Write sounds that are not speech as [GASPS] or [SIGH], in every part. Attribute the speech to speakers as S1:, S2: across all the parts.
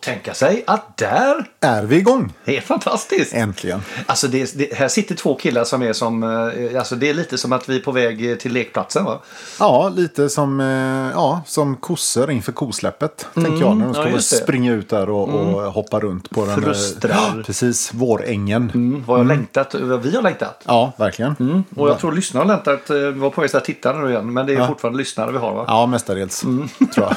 S1: tänka sig att där
S2: Är vi igång?
S1: är fantastiskt.
S2: Äntligen.
S1: Alltså det, det, här sitter två killar som är som, eh, alltså det är lite som att vi är på väg eh, till lekplatsen va?
S2: Ja, lite som, eh, ja, som kossor inför kosläppet. Tänker jag när de
S1: Mm. ja,
S2: ska
S1: just det. Mm.
S2: springa ut där och, och hoppa runt på den. eh,
S1: Frustrar.
S2: [GASPS]
S1: Mm.
S2: Precis, vårängen.
S1: Vad jag längtat, vad vi har längtat.
S2: Ja, verkligen.
S1: Och jag tror lyssnarna har längtat, eh, vi var på väg att titta nu igen, men det är fortfarande lyssnare vi har va?
S2: Ja, mestadels.
S1: Mm. [LAUGHS]
S2: Tror jag.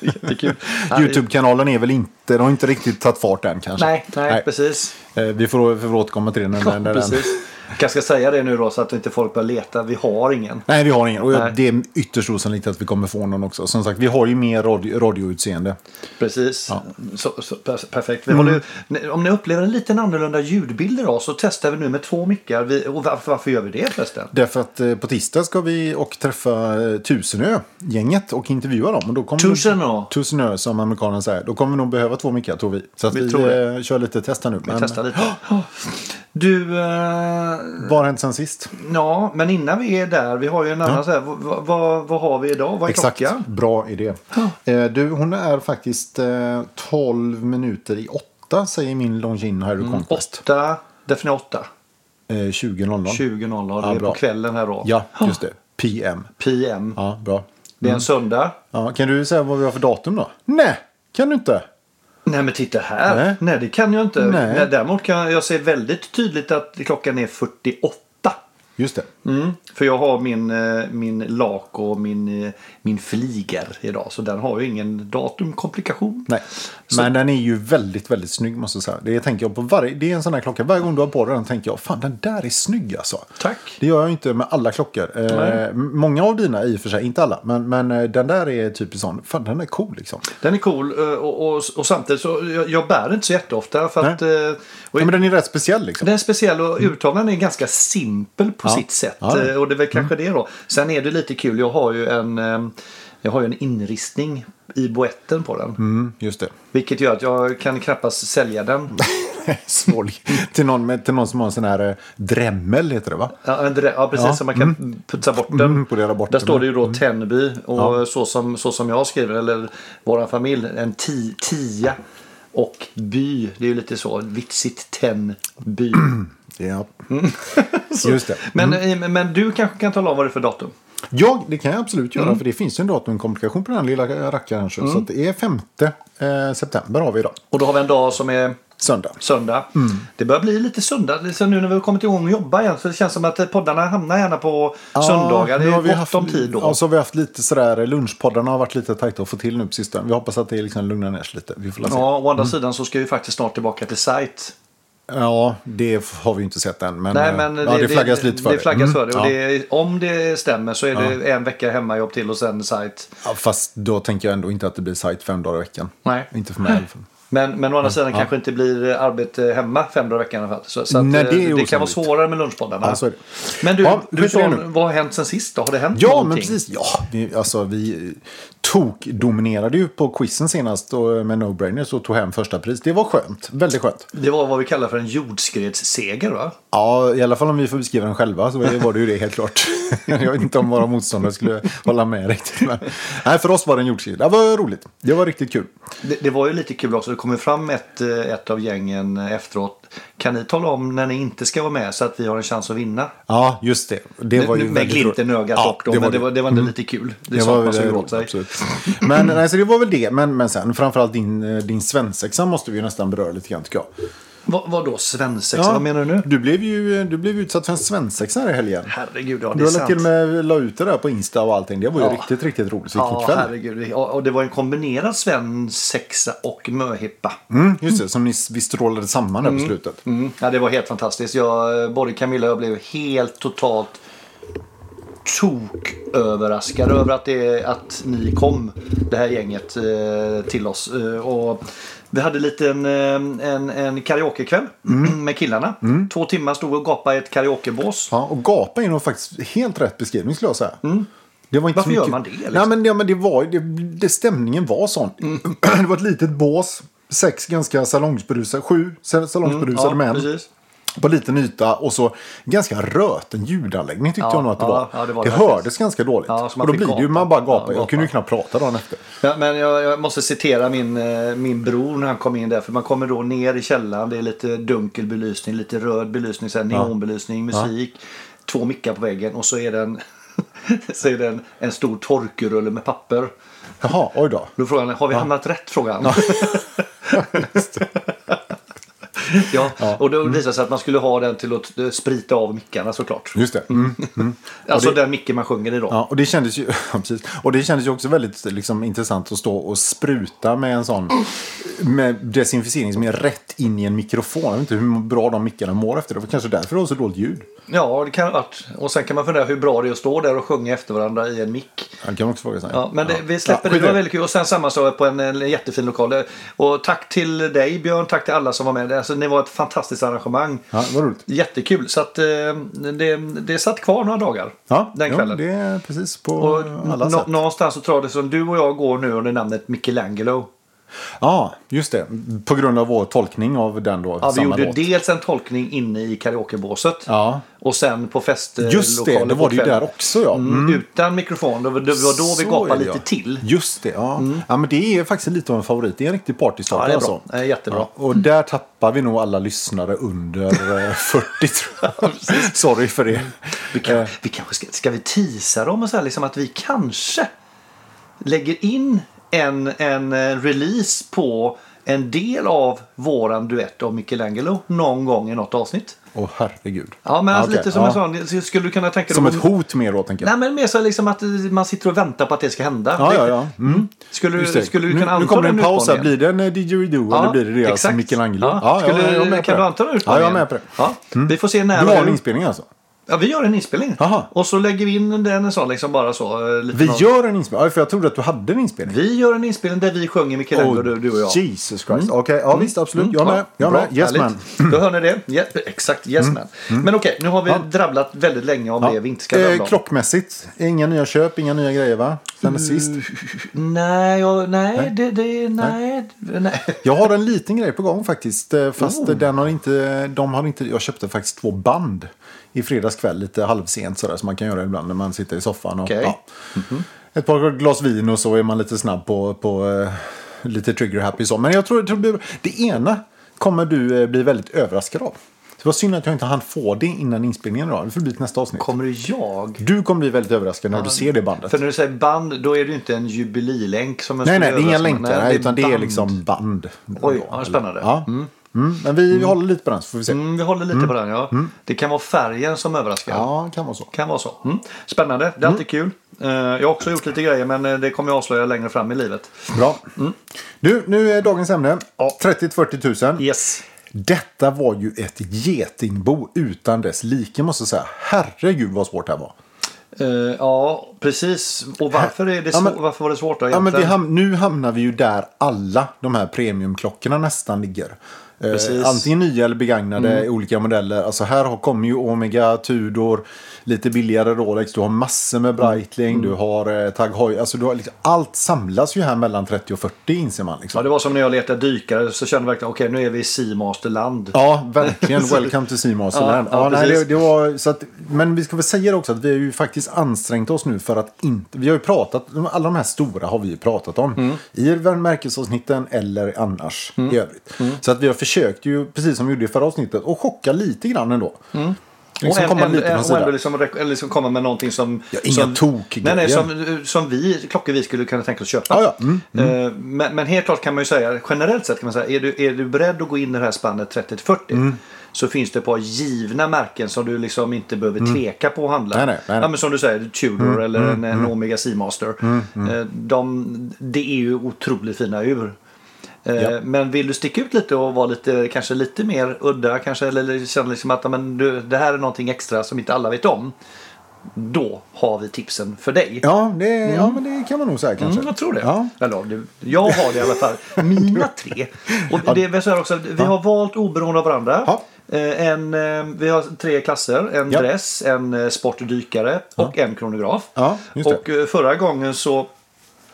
S1: Jättekul. [LAUGHS]
S2: Youtube-kanalen är väl inte, de har inte riktigt tagit fart än kanske.
S1: Nej, nej, precis.
S2: Eh, Vi får, får återkomma till det när, när, när den...
S1: precis. Jag kanske ska säga det nu då så att inte folk börjar leta, vi har ingen.
S2: Nej, vi har ingen. Och
S1: Nej.
S2: jag, det är ytterst osannolikt att vi kommer få någon också. Som sagt, vi har ju mer radio, radioutseende.
S1: Precis. Så, så, per- perfekt. Vi håller, ju- om ni upplever en liten annorlunda ljudbild idag så testar vi nu med två mickar. Vi, och varför, varför gör vi det förresten?
S2: Därför att eh, på tisdag ska vi och träffa eh, Tusenö-gänget och intervjua dem. Och då kommer
S1: Tusenö.
S2: Tusenö som amerikanen säger. Då kommer vi nog behöva två mickar tror vi. Så att
S1: Vi
S2: vi,
S1: tror
S2: eh, kör lite testa nu. Men,
S1: Testa lite. [GASPS] Du, eh,
S2: Vad har hänt sen sist?
S1: ja, men innan vi är där, vi har ju en annan så här, v- v- vad, vad har vi idag? Vad är
S2: Exakt,
S1: klockan?
S2: bra idé. Eh, du, hon är faktiskt eh, 12 minuter i 8 säger min Longines Hydro Conquest.
S1: Åtta, definitivt Mm. åtta.
S2: Eh, 20.00.
S1: 20.00, det
S2: Ja,
S1: är
S2: bra.
S1: på kvällen här då.
S2: Ja, just det. PM.
S1: PM.
S2: Ja, Mm. bra.
S1: Det är en söndag.
S2: Ja, kan du säga vad vi har för datum då? Nej, kan du inte.
S1: Nej men titta här. Nej,
S2: Nej.
S1: det kan jag inte.
S2: Nej.
S1: Nej. Däremot kan jag, jag se väldigt tydligt att klockan är 48.
S2: Just det.
S1: Mm. För jag har min, eh, min lak och min, eh, min fliger idag. Så den har ju ingen datumkomplikation.
S2: Nej, men den är ju väldigt, väldigt snygg måste jag säga. Det tänker jag på varje, det är en sån här klocka. Varje gång du har på dig den tänker jag, fan den där är snygg alltså.
S1: Tack.
S2: Det gör jag ju inte med alla klockor. Eh, m- många av dina i och för sig, inte alla. Men, men eh, den där är typiskt sån, fan den är cool liksom.
S1: Den är cool eh, och, och, och samtidigt så jag, jag bär inte så jätteofta. För att, eh, och
S2: Ja, men den är rätt speciell liksom.
S1: Den är speciell och urtavlan är ganska simpel på
S2: Ja.
S1: sitt sätt.
S2: Ja, Mm. ja.
S1: eh, Och det är väl kanske det då. Sen är det lite kul, jag har ju en, eh, jag har ju en inristning i boetten på den.
S2: Mm, just det. [LAUGHS]
S1: Vilket gör att jag kan knappast sälja den.
S2: Smål. till, någon, med, till någon som har en sån här eh, Dremel heter det va?
S1: Ja, en dre- ja precis,
S2: Ja,
S1: så man kan putsa bort den.
S2: Mm, polera bort
S1: Där
S2: den.
S1: står det ju då Tännby och så, som, så som jag skriver, eller våran familj, en ti- tia och by. Det är ju lite så vitsigt Tännby.
S2: Mm. Ja. Mm. [LAUGHS] Just det.
S1: men, eh, men du kanske kan tala om vad det är för datum?
S2: Ja, det kan jag absolut göra. För det finns ju en datumkomplikation på den här lilla rackaren. Så att det är 5 eh, september har vi idag.
S1: Och då har vi en dag som är
S2: Söndag.
S1: söndag.
S2: Mm.
S1: Det börjar bli lite söndag. Liksom nu när vi har kommit igång och jobbat igen så det känns som att eh, poddarna hamnar gärna på söndagar. Det
S2: nu
S1: är
S2: har vi
S1: gott
S2: haft-
S1: om tid då.
S2: Ja, så har vi haft lite sådär, lunchpoddarna har varit lite tajta att få till nu på sistone. Vi hoppas att det liksom lugnar ner sig lite. Vi får la se.
S1: Ja, å andra sidan så ska vi faktiskt snart tillbaka till sajt.
S2: ja, det f- har vi ju inte sett än. Men,
S1: Nej,
S2: eh,
S1: men
S2: ja, det, flaggas lite för
S1: det. flaggas
S2: Mm,
S1: för det. Och
S2: ja.
S1: det är, om det stämmer så är det en vecka hemmajobb till och sen sajt.
S2: Ja, fast då tänker jag ändå inte att det blir sajt fem dagar i veckan.
S1: Nej.
S2: Inte för mig i
S1: [CLEARS THROAT]
S2: alla fall.
S1: Men, men
S2: Mm.
S1: å andra sidan kanske inte blir arbete hemma fem dagar i veckan i alla fall. Så, så att,
S2: Nej,
S1: eh,
S2: det
S1: det
S2: är
S1: kan vara
S2: osannolikt.
S1: svårare med lunchpoddarna.
S2: Ja, så är det.
S1: Men du,
S2: Ja,
S1: du
S2: skit i det
S1: sa,
S2: nu.
S1: vad har hänt sen sist då? Har det hänt
S2: Ja,
S1: någonting?
S2: men precis. Ja, vi, alltså, vi tok-dominerade ju på quizen senast och, eh, med no-brainers och tog hem första pris. Det var skönt. Väldigt skönt.
S1: Det var vad vi kallar för en jordskredsseger va?
S2: Ja, i alla fall om vi får beskriva den själva så var det ju det helt klart. [LAUGHS] Jag vet inte om våra motståndare skulle hålla med riktigt. Men... Nej, för oss var det en jordskred. Det var roligt. Det var riktigt kul.
S1: Det, det var ju lite kul också. Det kom ju fram ett, eh, ett av gängen efteråt. Kan ni tala om när ni inte ska vara med så att vi har en chans att vinna?
S2: Ja, just det. Det var ju
S1: Nu- med
S2: väldigt
S1: glimten i
S2: roligt.
S1: ögat
S2: Ja,
S1: dock då, men det var, det var ändå lite kul. Det, sa att man skulle
S2: Mm. väl-
S1: åt sig.
S2: absolut. Men nej, så det var väl det. Men, men sen framförallt din, eh, din svensexa måste vi ju nästan beröra lite grann tycker jag.
S1: Vad, vad då svensexa? Vad menar du nu?
S2: Du blev ju du blev utsatt för en svensexa här i helgen.
S1: Herregud, ja det
S2: Du
S1: är
S2: har
S1: sant.
S2: till och med la ut det där på Insta och allting. Det var ju
S1: Ja.
S2: riktigt, riktigt roligt. Så
S1: Ja,
S2: vilken kväll.
S1: herregud. Ja, och det var en kombinerad svensexa och möhippa.
S2: Mm, just det, som ni, vi strålade samman där på slutet.
S1: Mm. Ja, det var helt fantastiskt. Jag, eh, både Camilla och jag blev helt totalt toköverraskade över att, det, att ni kom, det här gänget, eh, till oss. Eh, Och vi hade lite en, eh, en, en karaokekväll [CLEARS THROAT] med killarna. Två timmar stod vi och gapade i ett karaokebås.
S2: Mm. Ja, och gapa är nog faktiskt helt rätt beskrivning skulle jag säga. Det var inte
S1: Mm. Varför
S2: så
S1: gör
S2: mycket...
S1: man det, liksom? Mm.
S2: Nej, men, ja, men det var, ju- det, det, stämningen var sån. [CLEARS THROAT] Det var ett litet bås, sex ganska salongsberusade, sju sal- salongsberusade
S1: Mm, ja,
S2: män.
S1: precis.
S2: på liten yta och så ganska röten ljudanläggning tyckte
S1: Ja,
S2: jag nog att det
S1: ja,
S2: var.
S1: ja, det var
S2: det
S1: det
S2: hördes
S1: faktiskt.
S2: ganska dåligt.
S1: Ja, så man
S2: och då
S1: fick
S2: blir det ju,
S1: gapa.
S2: man bara gapar.
S1: Ja,
S2: jag kunde ju
S1: gapa.
S2: knappt prata dagen efter.
S1: Ja, men jag, jag måste citera min, eh, min bror när han kom in där. För man kommer då ner i källaren. Det är lite dunkel belysning, lite röd belysning, så här neonbelysning, musik. Två mickar på väggen och så är det en, [LAUGHS] så är det en, en stor torkrulle med papper.
S2: Jaha, oj då.
S1: Då frågar han, har vi hamnat rätt? Frågar han. [LAUGHS] Ja, och då visade det sig att man skulle ha den till att eh, sprita av mickarna såklart.
S2: Just det. Mm.
S1: Alltså den micken man sjunger i då.
S2: Ja, och, det kändes ju, [LAUGHS] ja, precis. och det kändes ju också väldigt liksom, intressant att stå och spruta med en sån med desinficering som är rätt in i en mikrofon. Jag vet inte hur bra de mickarna mår efter det. Det var kanske därför det var så dåligt ljud.
S1: Ja, det kan ha varit. Och sen kan man fundera hur bra det är att stå där och sjunga efter varandra i en mick.
S2: Ja, Det kan man också fråga sig.
S1: Ja, men det, vi släpper det.
S2: Ja, skit
S1: Det
S2: i
S1: var väldigt kul. Och sen samma sak på en, en jättefin lokal. Det- Och tack till dig Björn, tack till alla som var med. Alltså, ni var ett fantastiskt arrangemang.
S2: Ja, vad roligt.
S1: Jättekul. Så att, eh, det, det satt kvar några dagar
S2: Ja,
S1: den
S2: jo,
S1: kvällen.
S2: det är precis på
S1: Och
S2: alla
S1: nå-
S2: sätt.
S1: någonstans så tror jag det som du och jag går nu under namnet Michelangelo.
S2: Ja, just det. På grund av vår tolkning av den då.
S1: Ja, vi
S2: samma
S1: gjorde
S2: låt.
S1: dels en tolkning inne i karaokebåset.
S2: Ja.
S1: Och sen på festlokalen.
S2: Just det, det var det ju där också ja. Mm.
S1: Utan mikrofon. Det var det var då vi
S2: Så
S1: gapade
S2: är det,
S1: lite
S2: ja.
S1: till. Mm.
S2: Just det, ja. ja men det är faktiskt lite av en favorit. Det är en riktig partystarter
S1: Ja, det är bra.
S2: alltså.
S1: Det är jättebra.
S2: Ja, och där tappar vi nog alla lyssnare under
S1: [LAUGHS]
S2: eh, 40 tror jag. Sorry för det. Eh,
S1: Vi kan, vi kanske ska, ska vi teasa dem och så här, liksom att vi kanske lägger in en, en eh, release på en del av våran duett av Michelangelo någon gång i något avsnitt.
S2: Åh herregud.
S1: Ja, men alltså
S2: okej,
S1: lite som
S2: ja.
S1: en sån. Skulle du kunna tänka dig...
S2: Som ett hot mer då tänker jag.
S1: Nej, men mer så här liksom att eh, man sitter och väntar på att det ska hända.
S2: Ja,
S1: Det-
S2: ja, ja. Mm.
S1: Skulle,
S2: Just det.
S1: du- skulle du
S2: nu,
S1: kunna anta
S2: nu kommer det en
S1: den
S2: paus här.
S1: utmaningen?
S2: Blir det en eh, didgeridoo
S1: Ja,
S2: eller blir det deras
S1: exakt.
S2: Michelangelo?
S1: Ja.
S2: Ja,
S1: Skulle,
S2: ja, jag är med på
S1: kan
S2: det.
S1: du anta den
S2: Ja,
S1: utmaningen?
S2: jag är med på det.
S1: Ja. Vi får se när...
S2: Du har en
S1: och-
S2: inspelning alltså?
S1: Ja, vi gör en inspelning.
S2: Jaha.
S1: Och så lägger vi in den en sån liksom bara så. eh, Lite
S2: Vi
S1: någon-
S2: gör en inspelning? Ja, för jag trodde att du hade en inspelning.
S1: Vi gör en inspelning där vi sjunger Michelangelo, du, du och jag. Mm.
S2: Jesus Christ. Okej, ja visst absolut. Jag
S1: Ja,
S2: med. Jag
S1: bra,
S2: med. Yes
S1: härligt.
S2: man.
S1: [LAUGHS]
S2: Mm.
S1: Då hör ni det. Ja, exakt, yes man. Men okej, nu har vi drabblat väldigt länge om det vi inte ska drabbla
S2: Eh,
S1: om.
S2: klockmässigt, inga nya köp, inga nya grejer va? Sen
S1: Mm.
S2: sist.
S1: Nej, jag, nej, det, det, nej, nej. [LAUGHS]
S2: Jag har en liten grej på gång faktiskt. eh, Fast den har inte, de har inte, jag köpte faktiskt två band i fredags kväll. Lite halvsent sådär som man kan göra ibland när man sitter i soffan. Och,
S1: Okej.
S2: ja. Ett par glas vin och så är man lite snabb på, på eh, lite trigger happy. Så. Men jag tror, tror det, blir bra. det ena kommer du eh, bli väldigt överraskad av. Det var synd att jag inte hann få det innan inspelningen idag. Det får bli till nästa avsnitt.
S1: Kommer du jag?
S2: Du kommer bli väldigt överraskad när du ser det bandet.
S1: För när du säger band, då är det ju inte en jubililänk som en
S2: Nej,
S1: stor
S2: nej, det är inga
S1: överraskning.
S2: länkar, nej, utan det är
S1: band.
S2: liksom band.
S1: Oj, ja, spännande.
S2: Ja. Mm. Men vi håller lite på den så får vi se.
S1: Mm, vi håller lite på den, ja. Det kan vara färgen som överraskar.
S2: Mm. Ja, det kan vara så.
S1: Kan vara så. Mm. Spännande, det är alltid
S2: Mm.
S1: kul. Eh, jag har också gjort lite grejer, men eh, det kommer jag avslöja längre fram i livet.
S2: Bra. Mm. Du, nu är dagens ämne. 30-40 000.
S1: Yes.
S2: Detta var ju ett getingbo utan dess like måste jag säga. Herregud vad svårt det här var.
S1: Eh, ja, precis. Och varför, är det
S2: Ja, men-
S1: svår- varför var det svårt då
S2: Ja, men vi
S1: egentligen?
S2: ham- nu hamnar vi ju där alla de här premiumklockorna nästan ligger. Eh,
S1: Precis. Mm.
S2: antingen nya eller begagnade i olika modeller. Alltså här har- kommer ju Omega, Tudor, lite billigare Rolex. Du har massor med Breitling,
S1: Mm.
S2: du har eh, Tag Heuer. Alltså, du har liksom, allt samlas ju här mellan 30 och 40 inser man. Liksom.
S1: Ja, det var som när jag letade dykare så kände jag verkligen okej nu är vi i Seamasterland. [LAUGHS]
S2: Ja, verkligen. Welcome to Seamasterland.
S1: Ja,
S2: Ja,
S1: ja,
S2: nej, det,
S1: precis.
S2: det var, så att, men vi ska väl säga det också att vi har ju faktiskt ansträngt oss nu för att inte... Vi har ju pratat, alla de här stora har vi ju pratat om.
S1: Mm.
S2: I märkesavsnitten eller annars i övrigt.
S1: Mm.
S2: Så att vi har försökt ju, precis som vi gjorde i förra avsnittet, att chocka lite grann ändå.
S1: Mm. och
S2: Liksom
S1: änd-
S2: komma
S1: änd-
S2: lite på en
S1: och ändå
S2: sida.
S1: liksom, rek- eller liksom komma med någonting som...
S2: Ja, inga
S1: som, nej,
S2: tokgrejer.
S1: nej, som, som vi, klockor vi skulle kunna tänka oss köpa.
S2: Ja, ja. Mm,
S1: Eh, men, men helt klart kan man ju säga, generellt sett kan man säga, är du, är du beredd att gå in i det här spannet 30-40
S2: Mm.
S1: så finns det ett par givna märken som du liksom inte behöver tveka på att handla.
S2: Mm. Nej, nej, nej, nej. Mm,
S1: Ja, men som du säger, Tudor eller en, en Omega Seamaster. Eh, de, det är ju otroligt fina ur. Eh,
S2: Ja.
S1: Men vill du sticka ut lite och vara lite, kanske lite mer udda kanske eller känna liksom att ja, men du, det här är någonting extra som inte alla vet om. Då har vi tipsen för dig.
S2: Ja, det, ja, men det kan man nog säga kanske.
S1: Mm, jag tror det.
S2: Ja.
S1: Eller, ja, det- jag har det i alla fall. Mina tre. Och det är väl så här också, att vi har valt oberoende av varandra.
S2: Ja.
S1: Eh, En, eh, vi har tre klasser. En
S2: Ja.
S1: dress, en eh, sportdykare och en kronograf.
S2: Ja, just det.
S1: och eh, förra gången så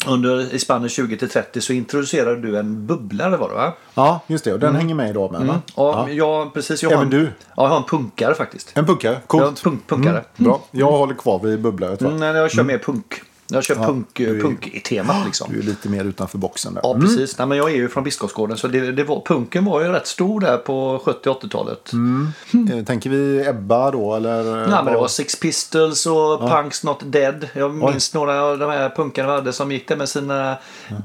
S1: Under i spannet 20 till 30 så introducerade du en bubblare var det va?
S2: Ja, just det. Och den hänger med idag med va?
S1: Mm. Ja, Jag, precis, jag har
S2: Även
S1: en,
S2: du?
S1: Ja, jag har en punkare faktiskt.
S2: En puckare,
S1: Jag har en
S2: coolt. Mm.
S1: punk, punkare.
S2: Bra. Jag håller kvar vid bubbla.
S1: Mm, nej, jag kör mer punk. Jag kör punk,
S2: du är-
S1: punk i temat liksom.
S2: Du Mm. är lite mer utanför boxen där.
S1: Ja, precis. Nej, men jag är ju från Biskopsgården så det, det var, punken var ju rätt stor där på 70-80-talet.
S2: Eh, Tänker vi Ebba då eller?
S1: Nej, Mm. men det var Six Pistols och Punks Not Dead. Jag minns några av de här punkarna vi hade som gick där med sina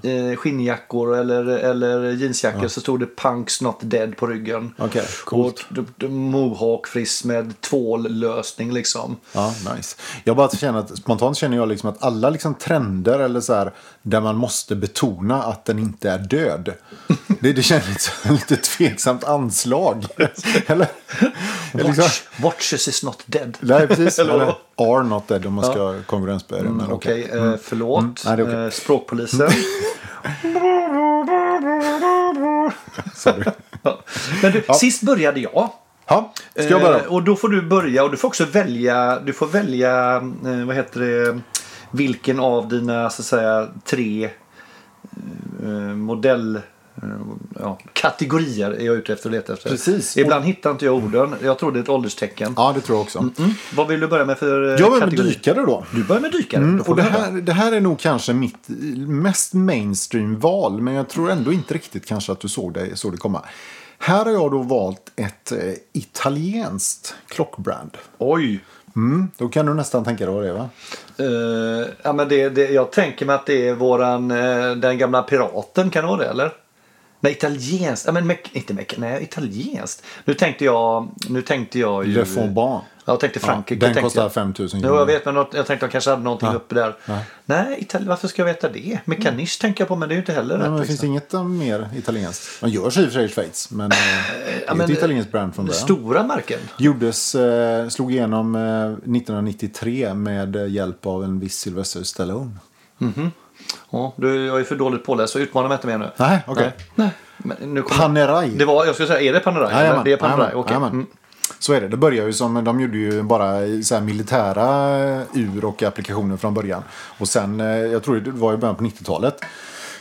S1: eh, skinnjackor eller, eller jeansjackor så stod det Punks Not Dead på ryggen.
S2: Okej,
S1: och
S2: coolt.
S1: d- d- mohawk-friss med tvållösning liksom.
S2: Ja, nice. Jag bara känner att, spontant känner jag liksom att alla liksom trender eller så här, där man måste betona att den inte
S1: [LAUGHS]
S2: är död. Det, det känns som ett lite
S1: [LAUGHS]
S2: tveksamt anslag. eller? eller liksom,
S1: Watch, watches is not dead.
S2: nej, precis.
S1: Eller
S2: Eller
S1: vadå?
S2: are not dead om man ska ja. kongruensböja det. men okej. Mm.
S1: Okej, eh, förlåt.
S2: Nej, det är okej.
S1: eh,
S2: [LAUGHS]
S1: språkpolisen.
S2: Sorry.
S1: Ja. Men du, sist började jag.
S2: Ja, ska jag
S1: Eh,
S2: börja?
S1: och då får du börja och du får också välja, du får välja, eh, vad heter det, vilken av dina så att säga tre eh, modell eh, Ja, kategorier är jag ute efter att leta efter.
S2: Precis.
S1: Ibland hittar inte jag orden. Jag tror det är ett ålderstecken.
S2: Ja, det tror jag också.
S1: Vad vill du börja med för eh,
S2: Jag börjar med
S1: Mm, kategori?
S2: dykare då.
S1: Du börjar med dykare. Då får
S2: Mm, Och det,
S1: du höra.
S2: här, det här är nog kanske mitt mest mainstream-val, men jag tror ändå inte riktigt kanske att du såg det, såg det komma. Här har jag då valt ett eh, italienskt klockbrand.
S1: Oj!
S2: Mm, då kan du nästan tänka dig vad det är, va?
S1: Eh, ja, men det, det, jag tänker mig att det är våran, eh, den gamla piraten, kan det vara det eller? Nej, italienskt. Ja, men mek- inte mek- nej, italienskt. Nu tänkte jag, nu tänkte jag ju...
S2: Le Fonban.
S1: Jag tänkte Frankrike.
S2: den
S1: tänkte
S2: kostar
S1: jag.
S2: 5 000 kronor.
S1: Jo, jag vet, men något, jag tänkte de kanske hade någonting uppe där. Nej,
S2: Nej.
S1: Italien, varför ska jag veta det? Mekanisch tänker jag på, men det är ju inte heller
S2: Nej,
S1: rätt.
S2: men det
S1: liksom.
S2: finns inget eh, mer italienskt. Man gör sig i och för sig i Schweiz, men eh, det är
S1: men,
S2: ett italienskt brand från början.
S1: Stora märken.
S2: Gjordes, eh, slog igenom eh, 1993 med eh, hjälp av en viss Sylvester Stallone.
S1: Ja, du, jag är för dåligt påläst, så utmana mig inte mer nu.
S2: Nej, okej.
S1: Nej. Men nu kommer...
S2: Panerai.
S1: Det var, jag skulle säga, är det Panerai? eller?
S2: Jajamän,
S1: det är Panerai,
S2: jajamän,
S1: okej.
S2: jajamän.
S1: Mm.
S2: Så är det. Det börjar ju som, de gjorde ju bara i så här militära eh, ur och applikationer från början. Och sen, eh, jag tror det var i början på 90-talet.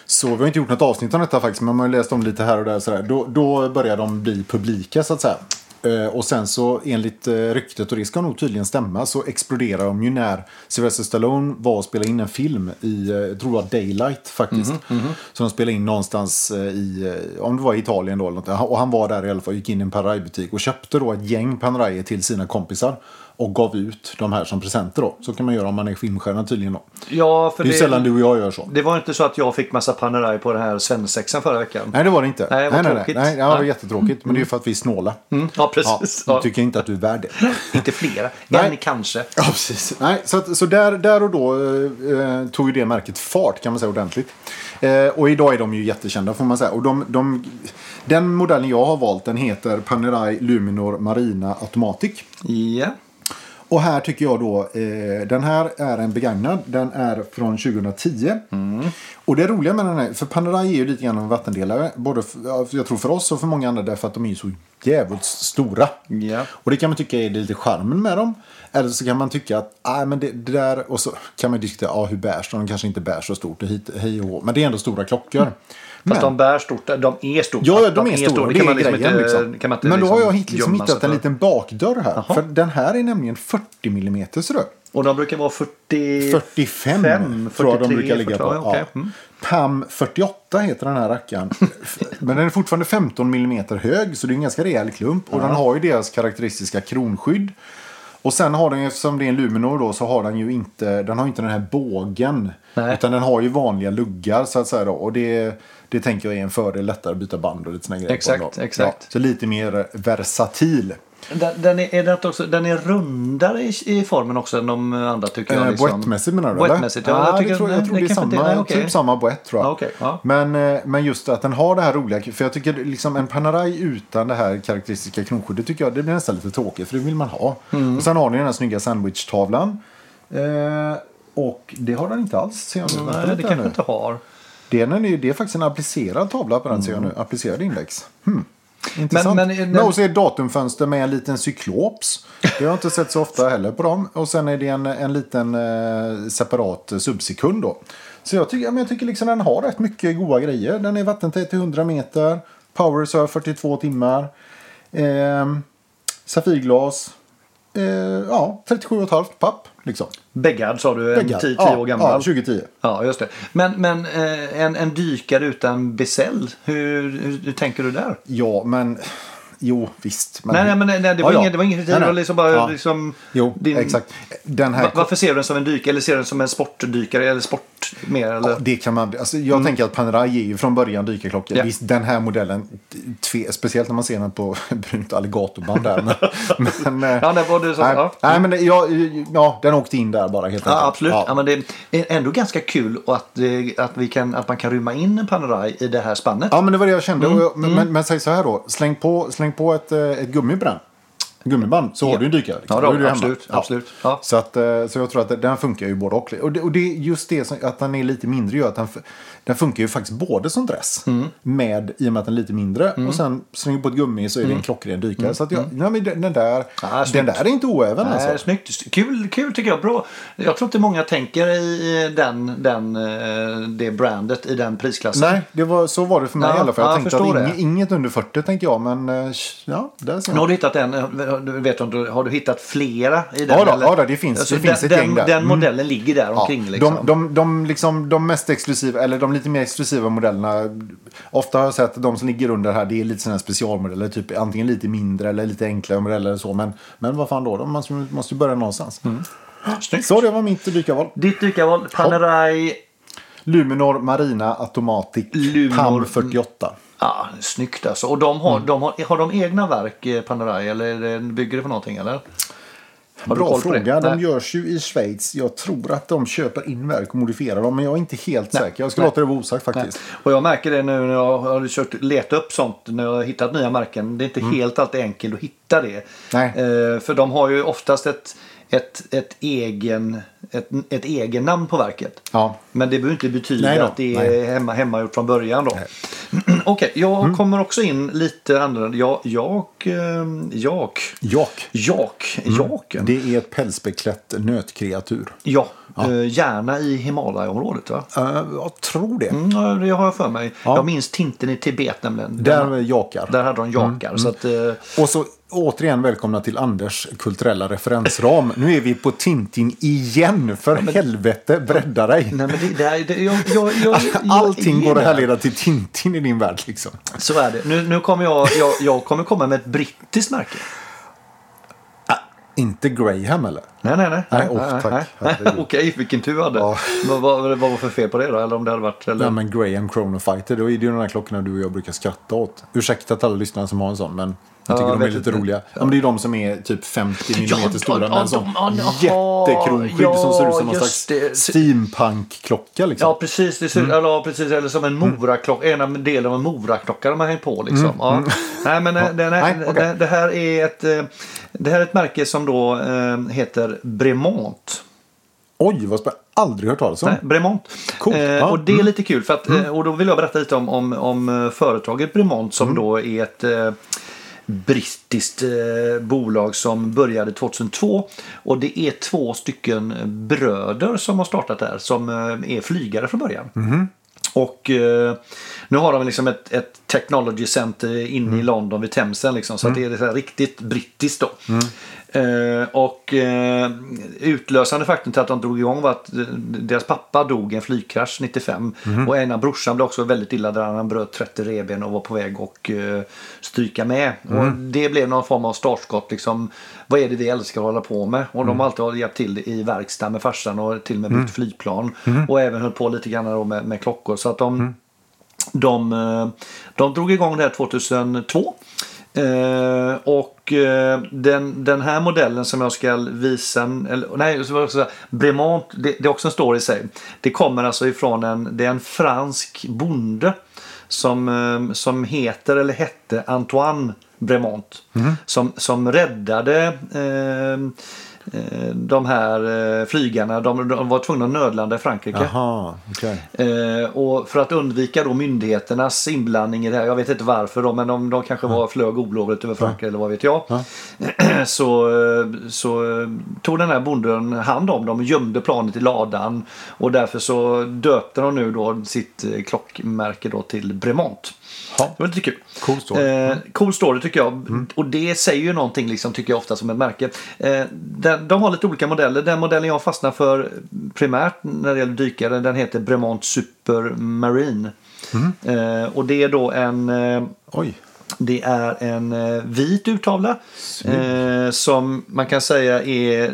S2: Så vi har inte gjort något avsnitt om detta faktiskt, men man har ju läst om lite här och där. Så där. Då, då börjar de bli publika så att säga. Eh, Och sen så enligt eh, ryktet, och det ska nog tydligen stämma, så Alltså, exploderar de ju när Sylvester Stallone var och spelade in en film i, eh, jag tror det var Daylight faktiskt.
S1: Mhm,
S2: Så de spelade in någonstans eh, i, eh, om det var i Italien då eller något. Och han var där i alla fall, gick in i en Panerai-butik och köpte då ett gäng Panerai till sina kompisar. Och gav ut de här som presenter då. Så kan man göra om man är filmstjärna tydligen då.
S1: Ja, för
S2: Det är ju sällan du och jag gör så.
S1: Det var inte så att jag fick massa panerai på den här svensexan förra veckan.
S2: Nej, det var det inte.
S1: Nej, vad
S2: nej, nej,
S1: tråkigt. Mm.
S2: nej. nej, det var
S1: Nej.
S2: jättetråkigt. Men det är ju för att vi är snåla.
S1: Ja, [LAUGHS] precis.
S2: Ja,
S1: Ja,
S2: jag tycker inte att du är värd det.
S1: Inte flera.
S2: [LAUGHS] Nej.
S1: En kanske.
S2: [LAUGHS] Ja, precis. Nej, så att, så där, där och då eh, eh, tog ju det märket fart kan man säga ordentligt. Eh, och idag är de ju jättekända får man säga. Och de, de, den modellen jag har valt den heter Panerai Luminor Marina Automatic.
S1: Ja.
S2: Och här tycker jag då, eh, den här är en begagnad. Den är från 2010. Och det roliga med den här, för Panerai är ju lite grann av en vattendelare. Både för, ja, jag tror för oss och för många andra därför att de är ju så jävligt stora.
S1: Ja.
S2: Och det kan man tycka är lite charmen med dem. Eller så kan man tycka att, nej men det, det där, och så kan man diskutera, ja hur bärs de? De kanske inte bär så stort, och hit, hej och hå. Men det är ändå stora klockor.
S1: Fast de bär stort. De är stora.
S2: Ja, ja, de, är, stora.
S1: Det
S2: Det,
S1: kan
S2: är
S1: man liksom
S2: grejen.
S1: inte,
S2: liksom.
S1: kan man inte
S2: Men då
S1: liksom
S2: har jag hit, liksom
S1: gömma sig
S2: hittat en
S1: för.
S2: liten bakdörr här.
S1: Jaha.
S2: För den här är nämligen 40 mm rör.
S1: Och de brukar vara 40...
S2: 45
S1: Fem,
S2: tror jag de
S1: 43,
S2: brukar ligga på.
S1: 42, okej. mm.
S2: Ja. Mm. PAM 48 heter den här rackaren. Men den är fortfarande 15 mm hög så det är en ganska rejäl klump. Och den har ju deras karaktäristiska kronskydd. Och sen har den, ju, eftersom det är en Luminor då, så har den ju inte, den har inte den här bågen.
S1: Nej.
S2: Utan den har ju vanliga luggar så att säga då. Och det, det tänker jag är en fördel, lättare att byta band och lite såna grejer. på
S1: Exakt,
S2: den då.
S1: exakt.
S2: Ja, så lite mer versatil.
S1: Den, den, är, är det inte också, den är rundare i, i formen också än de andra tycker jag.
S2: Eh,
S1: Liksom.
S2: Boettmässigt menar du?
S1: Boettmässigt,
S2: eller?
S1: ja. jag, tycker,
S2: det tror, jag
S1: nej,
S2: tror det är
S1: kanske
S2: samma,
S1: inte- nej, okej.
S2: typ samma boett tror jag.
S1: Ja, okej, ja.
S2: Men, eh, men just att den har det här roliga. För jag tycker liksom en Panerai utan det här karaktäristiska kronskyddet tycker jag det blir nästan lite tråkigt. För det vill man ha.
S1: Mm.
S2: Och sen har ni den här snygga sandwich-tavlan. Eh, och det har den inte alls. Ser jag nu. Vänta
S1: Nej, det
S2: lite
S1: kanske
S2: nu.
S1: inte har.
S2: Det, är, den är ju- det är faktiskt en applicerad tavla på den ser jag nu. Applicerad index. Hmm. Intressant.
S1: Mm. men- eh,
S2: Men,
S1: men-
S2: och så är det datumfönster med en liten cyklops. Det har jag inte sett så ofta heller på dem. Och sen är det en, en liten eh, separat eh, subsekund då. Så jag tycker, ja, men jag tycker liksom den har rätt mycket goda grejer. Den är vattentät till 100 meter. Power Surf 42 timmar. Eh, Safirglas. Eh, ja, 37,5 papp liksom.
S1: Bäggad sa du, en
S2: Bäggad.
S1: 10
S2: ja,
S1: år gammal.
S2: Ja, 2010.
S1: Ja, just det. Men, men eh, en, en dykare utan besäll, hur, hur, hur tänker du där?
S2: Ja, men... Jo, visst. Men...
S1: Nej, nej, men nej, nej, det var
S2: Ja, ja.
S1: ingen- det var ingen kritik,
S2: Nej,
S1: det var
S2: nej.
S1: liksom bara,
S2: Ja.
S1: liksom,
S2: Jo,
S1: din-
S2: exakt. Den här...
S1: Va- Varför ser du den som en dykare eller ser du den som en sportdykare eller sport mer? Eller?
S2: Ja, det kan man, alltså, jag tänker att Panerai är ju från början dykarklockor.
S1: Mm. Ja.
S2: Visst, den här modellen, tve, speciellt när man ser den på [LAUGHS] brunt alligatorband där.
S1: [LAUGHS]
S2: Men, men, eh,
S1: Ja, det var det som-
S2: nej,
S1: ja.
S2: nej, men det- ja, ja, den åkte in där bara helt
S1: Ja, absolut. Ja. men det är ändå ganska kul att, det- att, vi kan, att man kan rymma in en panerai i det här spannet.
S2: Ja, men det var det jag kände.
S1: Mm.
S2: Och jag, men, men, men säg så här då, släng på, släng på ett, eh, ett gummiband. Gummiband, så har du en dykare. liksom.
S1: Ja, då,
S2: Då är du hemma.
S1: absolut, absolut. Ja.
S2: Så, att, eh, så jag tror att det- den funkar ju både och. Och det, och det är just det som, att den är lite mindre gör att den, f- den funkar ju faktiskt både som dress
S1: Mm.
S2: med, i och med att den är lite mindre och sen slänger du på ett gummi så är det en klockren dykare. Så att jag, nej, men den, den, där,
S1: Mm. Ja,
S2: den
S1: snyggt.
S2: där är inte oäven
S1: Nej,
S2: alltså.
S1: Snyggt. Kul, kul tycker jag. Bra. Jag tror inte många tänker i den, den, eh, det brandet i den prisklassen.
S2: Nej, det var, så var det för mig
S1: Ja,
S2: i alla fall.
S1: ja,
S2: Jag
S1: jag
S2: tänkte
S1: förstår
S2: att
S1: det.
S2: inget, inget under 40 tänker jag, men eh, ja, där ser
S1: Nu
S2: man.
S1: har du hittat en, eh, du vet om du, har du hittat flera i den?
S2: Ja då,
S1: eller? Alltså,
S2: ja då, det finns- det finns
S1: den,
S2: ett gäng
S1: den,
S2: där.
S1: Den
S2: Mm.
S1: modellen ligger där omkring.
S2: Ja,
S1: liksom.
S2: [GASPS] De, de, de, liksom, de mest exklusiva, eller de lite mer exklusiva modellerna. Ofta har jag sett att de som ligger under här, det är lite sådana här specialmodeller. Typ antingen lite mindre eller lite enklare modeller eller så. Men, men vad fan då, de måste, måste ju börja någonstans.
S1: Mm. Snyggt.
S2: Så det var mitt dykarval.
S1: Ditt dykarval,
S2: Mm.
S1: Panerai.
S2: Luminor Marina Automatic
S1: Luminor-
S2: PAM 48.
S1: Ja, snyggt alltså. Och de har,
S2: Mm.
S1: de har, har de egna verk, eh, Panerai? Eller är det- bygger det på någonting? Eller? Har du
S2: Bra
S1: koll på det?
S2: fråga. De
S1: Nej.
S2: görs ju i Schweiz. Jag tror att de köper in verk och modifierar dem. Men jag är inte helt
S1: Nej.
S2: säker. Jag ska
S1: Nej.
S2: låta det vara osagt faktiskt.
S1: Och jag märker det nu när jag har kört, letat upp sånt, när jag har hittat nya märken. Det är inte helt alltid enkelt att hitta det.
S2: Mm. Nej.
S1: Eh, för de har ju oftast ett, ett, ett, egen, ett, ett egen namn på verket.
S2: Ja.
S1: Men det behöver inte betyda
S2: Nej då,
S1: att det
S2: nej. Mm.
S1: är hemma, hemmagjort från början. då. [CLEARS THROAT] Okej, jag kommer också in lite annorlunda. Jag, jag, eh, jag,
S2: Jak.
S1: jak,
S2: Mm.
S1: jaken.
S2: Det är ett pälsbeklätt nötkreatur.
S1: Ja, eh, gärna i Himalaya-området va?
S2: Eh, jag tror det.
S1: Mm, ja, det har jag för mig.
S2: Ja.
S1: Jag minns Tintin i Tibet nämligen.
S2: Där
S1: Den-
S2: jakar.
S1: Där hade de
S2: Mm,
S1: jakar. Så att, eh,
S2: Och så återigen välkomna till Anders kulturella referensram. Nu är vi på Tintin igen. För helvete, bredda dig.
S1: nej, men det, det, här- det, jag, jag, jag, jag
S2: [LAUGHS] Allting
S1: är
S2: går att
S1: där.
S2: härleda till Tintin i din värld liksom.
S1: Så är det. Nu, nu kommer jag, jag, jag kommer komma med ett brittiskt märke.
S2: Inte Graham eller?
S1: Nej, nej, nej.
S2: Nej, åh, tack.
S1: [LAUGHS]
S2: Herregud.
S1: Okej, vilken tur jag hade.
S2: Ja.
S1: Vad, vad, vad var det för fel på det då? Eller om det hade varit... Eller?
S2: Nej men Graham Chronofighter, då är det ju de här klockorna du och jag brukar skratta åt. Ursäkta till alla lyssnare som har en sån, men jag tycker
S1: Ja,
S2: de är
S1: vet
S2: lite
S1: inte.
S2: roliga. Ja. men det är de som är typ 50
S1: Ja,
S2: mm
S1: ja,
S2: stora
S1: ja,
S2: med en
S1: de-
S2: sån
S1: ja, jaha.
S2: jättekronskydd som ser ut som någon
S1: Ja,
S2: slags
S1: just det.
S2: steampunk-klocka liksom.
S1: Ja precis, det ser, eller, ja, precis, eller som en
S2: Mm.
S1: moraklocka, ena delen av en moraklocka de har hängt på. Liksom. Ja. Nej, men eh, den här,
S2: mm. Nej, okej.
S1: det, det, här är ett, eh, det här är ett märke som då eh, heter Bremont.
S2: Oj, vad spännande. Aldrig hört talas om.
S1: Nej, Bremont.
S2: Coolt,
S1: eh,
S2: ja. Mm.
S1: Och det är lite kul för att, eh, och då vill jag berätta lite om, om, om eh, företaget Bremont som
S2: Mm.
S1: då är ett eh, brittiskt eh, bolag som började 2002 och det är två stycken bröder som har startat där som eh, är flygare från början.
S2: Mm-hmm.
S1: Och eh, nu har de liksom ett, ett technology center inne i London vid Themsen. Liksom, så att det är så här riktigt brittiskt då. Eh, och eh, utlösande faktum till att de drog igång var att eh, deras pappa dog i en flygkrasch 95. Och ena brorsan blev också väldigt illa där han bröt 30 revben och var på väg att eh, stryka med. Och det blev någon form av startskott. Liksom, vad är det vi älskar att hålla på med? Och de har alltid hjälpt till i verkstad med farsan och till och med byggt flygplan. Och även höll på lite grann då med, med klockor. Så att de, de, eh, de drog igång det här 2002. Eh, och eh, den, den här modellen som jag ska visa, eller, nej, så var det också så här, Bremont, det, det är också en story i sig. Det kommer alltså ifrån en, det är en fransk bonde som, eh, som heter eller hette Antoine Bremont. Som, som räddade eh, eh, de här eh, flygarna. De, de var tvungna att nödlanda i Frankrike.
S2: Jaha, okej.
S1: Eh, och för att undvika då myndigheternas inblandning i det här, jag vet inte varför då, men de, de kanske var, flög olovligt över Frankrike eller vad vet jag. [CLEARS THROAT] så, så eh, tog den här bonden hand om dem och gömde planet i ladan. Och därför så döpte de nu då sitt eh, klockmärke då till Bremont.
S2: Ja.
S1: Det var lite kul.
S2: Cool story. Mm.
S1: Eh, cool story tycker jag. Och det säger ju någonting liksom, tycker jag ofta som ett märke. Eh, den, de har lite olika modeller. Den modellen jag fastnar för primärt när det gäller dykare den heter Bremont Supermarine.
S2: Mm.
S1: Eh, och det är då en eh,
S2: Oj.
S1: det är en eh, vit urtavla eh, som man kan säga är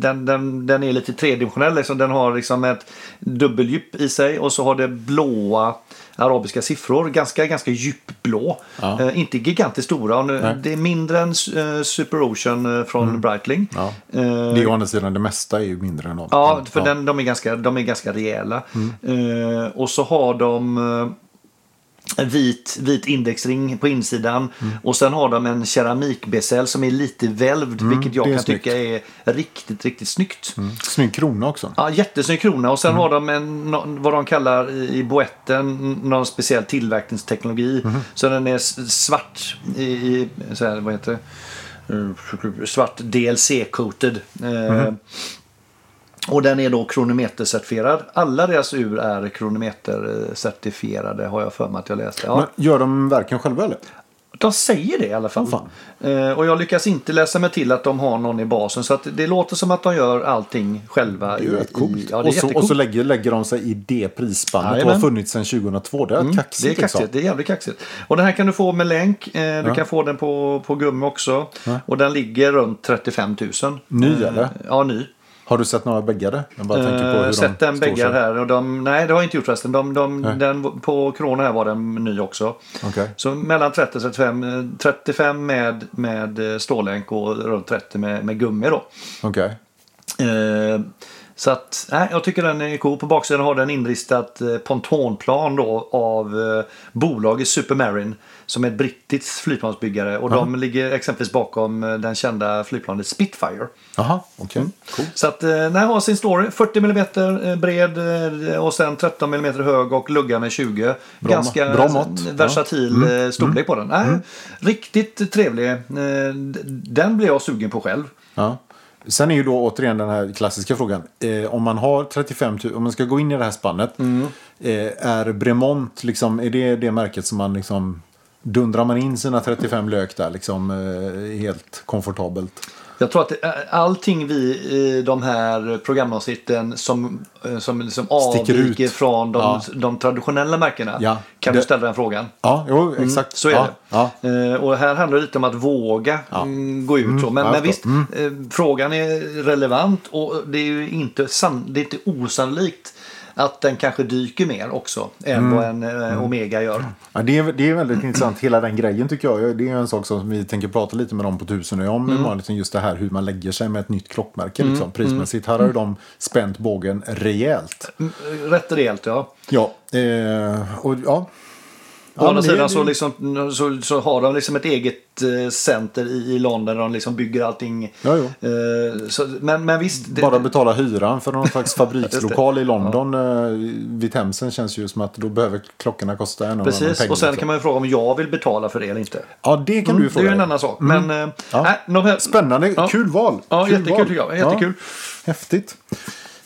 S1: den, den, den är lite tredimensionell. Liksom. Den har liksom ett dubbeldjup i sig och så har det blåa arabiska siffror. Ganska, ganska djupblå.
S2: Ja.
S1: Eh, inte gigantiskt stora. Och
S2: Nej. Mm.
S1: nu, det är mindre än eh, Super Ocean eh, från Breitling.
S2: Ja.
S1: Eh,
S2: Det är å andra sidan det mesta är ju mindre än något.
S1: Ja, för Den, de, är ganska, de är ganska rejäla. Eh, och så har de eh, en vit, vit indexring på insidan.
S2: Mm.
S1: Och sen har de en keramikbesäll som är lite välvd, vilket jag
S2: Mm, det är
S1: kan
S2: snyggt. Mm.
S1: tycka är riktigt, riktigt snyggt.
S2: Snygg krona också.
S1: Ja, jättesnygg krona och sen
S2: Mm.
S1: har de en, nå- vad de kallar i i boetten någon speciell tillverkningsteknologi.
S2: Mm-hmm.
S1: Så den är s- svart i, i så här, vad heter det? Eh, Svart DLC-coated. Eh,
S2: Mm-hmm.
S1: Och den är då kronometercertifierad. Alla deras ur är kronometercertifierade har jag för mig att jag läste. Ja.
S2: Men gör de verken själva eller?
S1: De säger det i alla fall.
S2: Åh, fan.
S1: Eh, och jag lyckas inte läsa mig till att de har någon i basen. Så att det låter som att de gör allting själva.
S2: Det är ju rätt coolt.
S1: I, ja, det är
S2: och, så, och
S1: jättecoolt.
S2: så lägger, lägger de sig i det prisspannet och har
S1: Jajamän. Mm,
S2: funnits sedan 2002. Det är kaxigt.
S1: Det är kaxigt,
S2: Liksom.
S1: det är jävligt kaxigt. Och den här kan du få med länk. Eh, Du
S2: Ja.
S1: kan få den på, på gummi också. Och den ligger runt 35 000.
S2: Ny,
S1: Eh,
S2: eller?
S1: Ja, ny.
S2: Har du sett några bäggare? Jag bara tänker på hur
S1: Eh,
S2: de
S1: Sätt den
S2: står
S1: bäggar
S2: sig.
S1: här. Och de, nej, det har jag inte gjort förresten. De, de, den, på Krona här var den ny också.
S2: Okej.
S1: Så mellan 30 och 35, eh, 35 med, med eh, stålänk och runt 30 med, med gummi då.
S2: Okej.
S1: Eh, så att, nej, jag tycker den är cool. På baksidan har den inristat eh, pontonplan då av eh, bolaget Supermarine som är ett brittiskt flygplansbyggare och de ligger exempelvis bakom eh, den kända flygplanet Spitfire.
S2: Jaha, okej.
S1: Mm,
S2: Cool.
S1: Så att, eh, nej, har sin story. 40 mm bred eh, och sen 13 mm hög och luggan är 20.
S2: Bra
S1: Ganska
S2: ma- bra mått. Mm.
S1: versatil eh, storlek på den. Nej, Riktigt trevlig. Eh, d- Den blev jag sugen på själv.
S2: Ja. Sen är ju då återigen den här klassiska frågan. Eh, om man har 35 000, om man ska gå in i det här spannet. Eh, är Bremont, liksom, är det det märket som man liksom dundrar man in sina 35 lök där liksom eh, helt komfortabelt?
S1: Jag tror att det- ä- allting vi i de här programavsnitten som, eh, som liksom
S2: Sticker
S1: avviker
S2: ut.
S1: från de,
S2: Ja.
S1: de traditionella märkena
S2: Ja.
S1: kan
S2: Det-
S1: du ställa den frågan.
S2: Ja, jo, exakt.
S1: Mm, Så är
S2: ja,
S1: det.
S2: Ja.
S1: Eh, Och här handlar det lite om att våga mm, gå ut. så. Men,
S2: ja,
S1: men
S2: jag Mm.
S1: visst, eh, frågan är relevant och det är ju inte, san- det är inte osannolikt att den kanske dyker mer också än
S2: Mm.
S1: vad en eh, Omega gör.
S2: Ja, det, är, det är väldigt intressant, hela den grejen tycker jag. Jag- Det är en sak som vi tänker prata lite med dem på tusen och jag om. Mm. Liksom just det här hur man lägger sig med ett nytt klockmärke
S1: Mm,
S2: liksom, prismässigt. Här har ju de spänt bågen rejält.
S1: Mm, Rätt rejält ja.
S2: Ja, eh, och ja.
S1: Å andra
S2: men det-
S1: sidan så,
S2: det-
S1: liksom, så, så har de liksom ett eget eh, center i, i London där de liksom bygger allting.
S2: Ja, jo.
S1: Eh, så, men, men visst, det,
S2: Bara betala hyran för
S1: [LAUGHS]
S2: någon slags fabrikslokal i London eh, vid Themsen känns ju som att då behöver klockorna kosta en och annan
S1: precis.
S2: pengar
S1: Och sen
S2: också.
S1: kan man ju fråga om jag vill betala för det eller inte. Mm,
S2: Ja, det kan du ju
S1: det är
S2: fråga.
S1: ju en
S2: dig. Mm.
S1: annan sak. Men, eh,
S2: Ja.
S1: nej, de här,
S2: Spännande,
S1: Ja.
S2: kul val.
S1: Ja,
S2: kul
S1: jättekul
S2: val.
S1: tycker jag. Jättekul.
S2: Häftigt.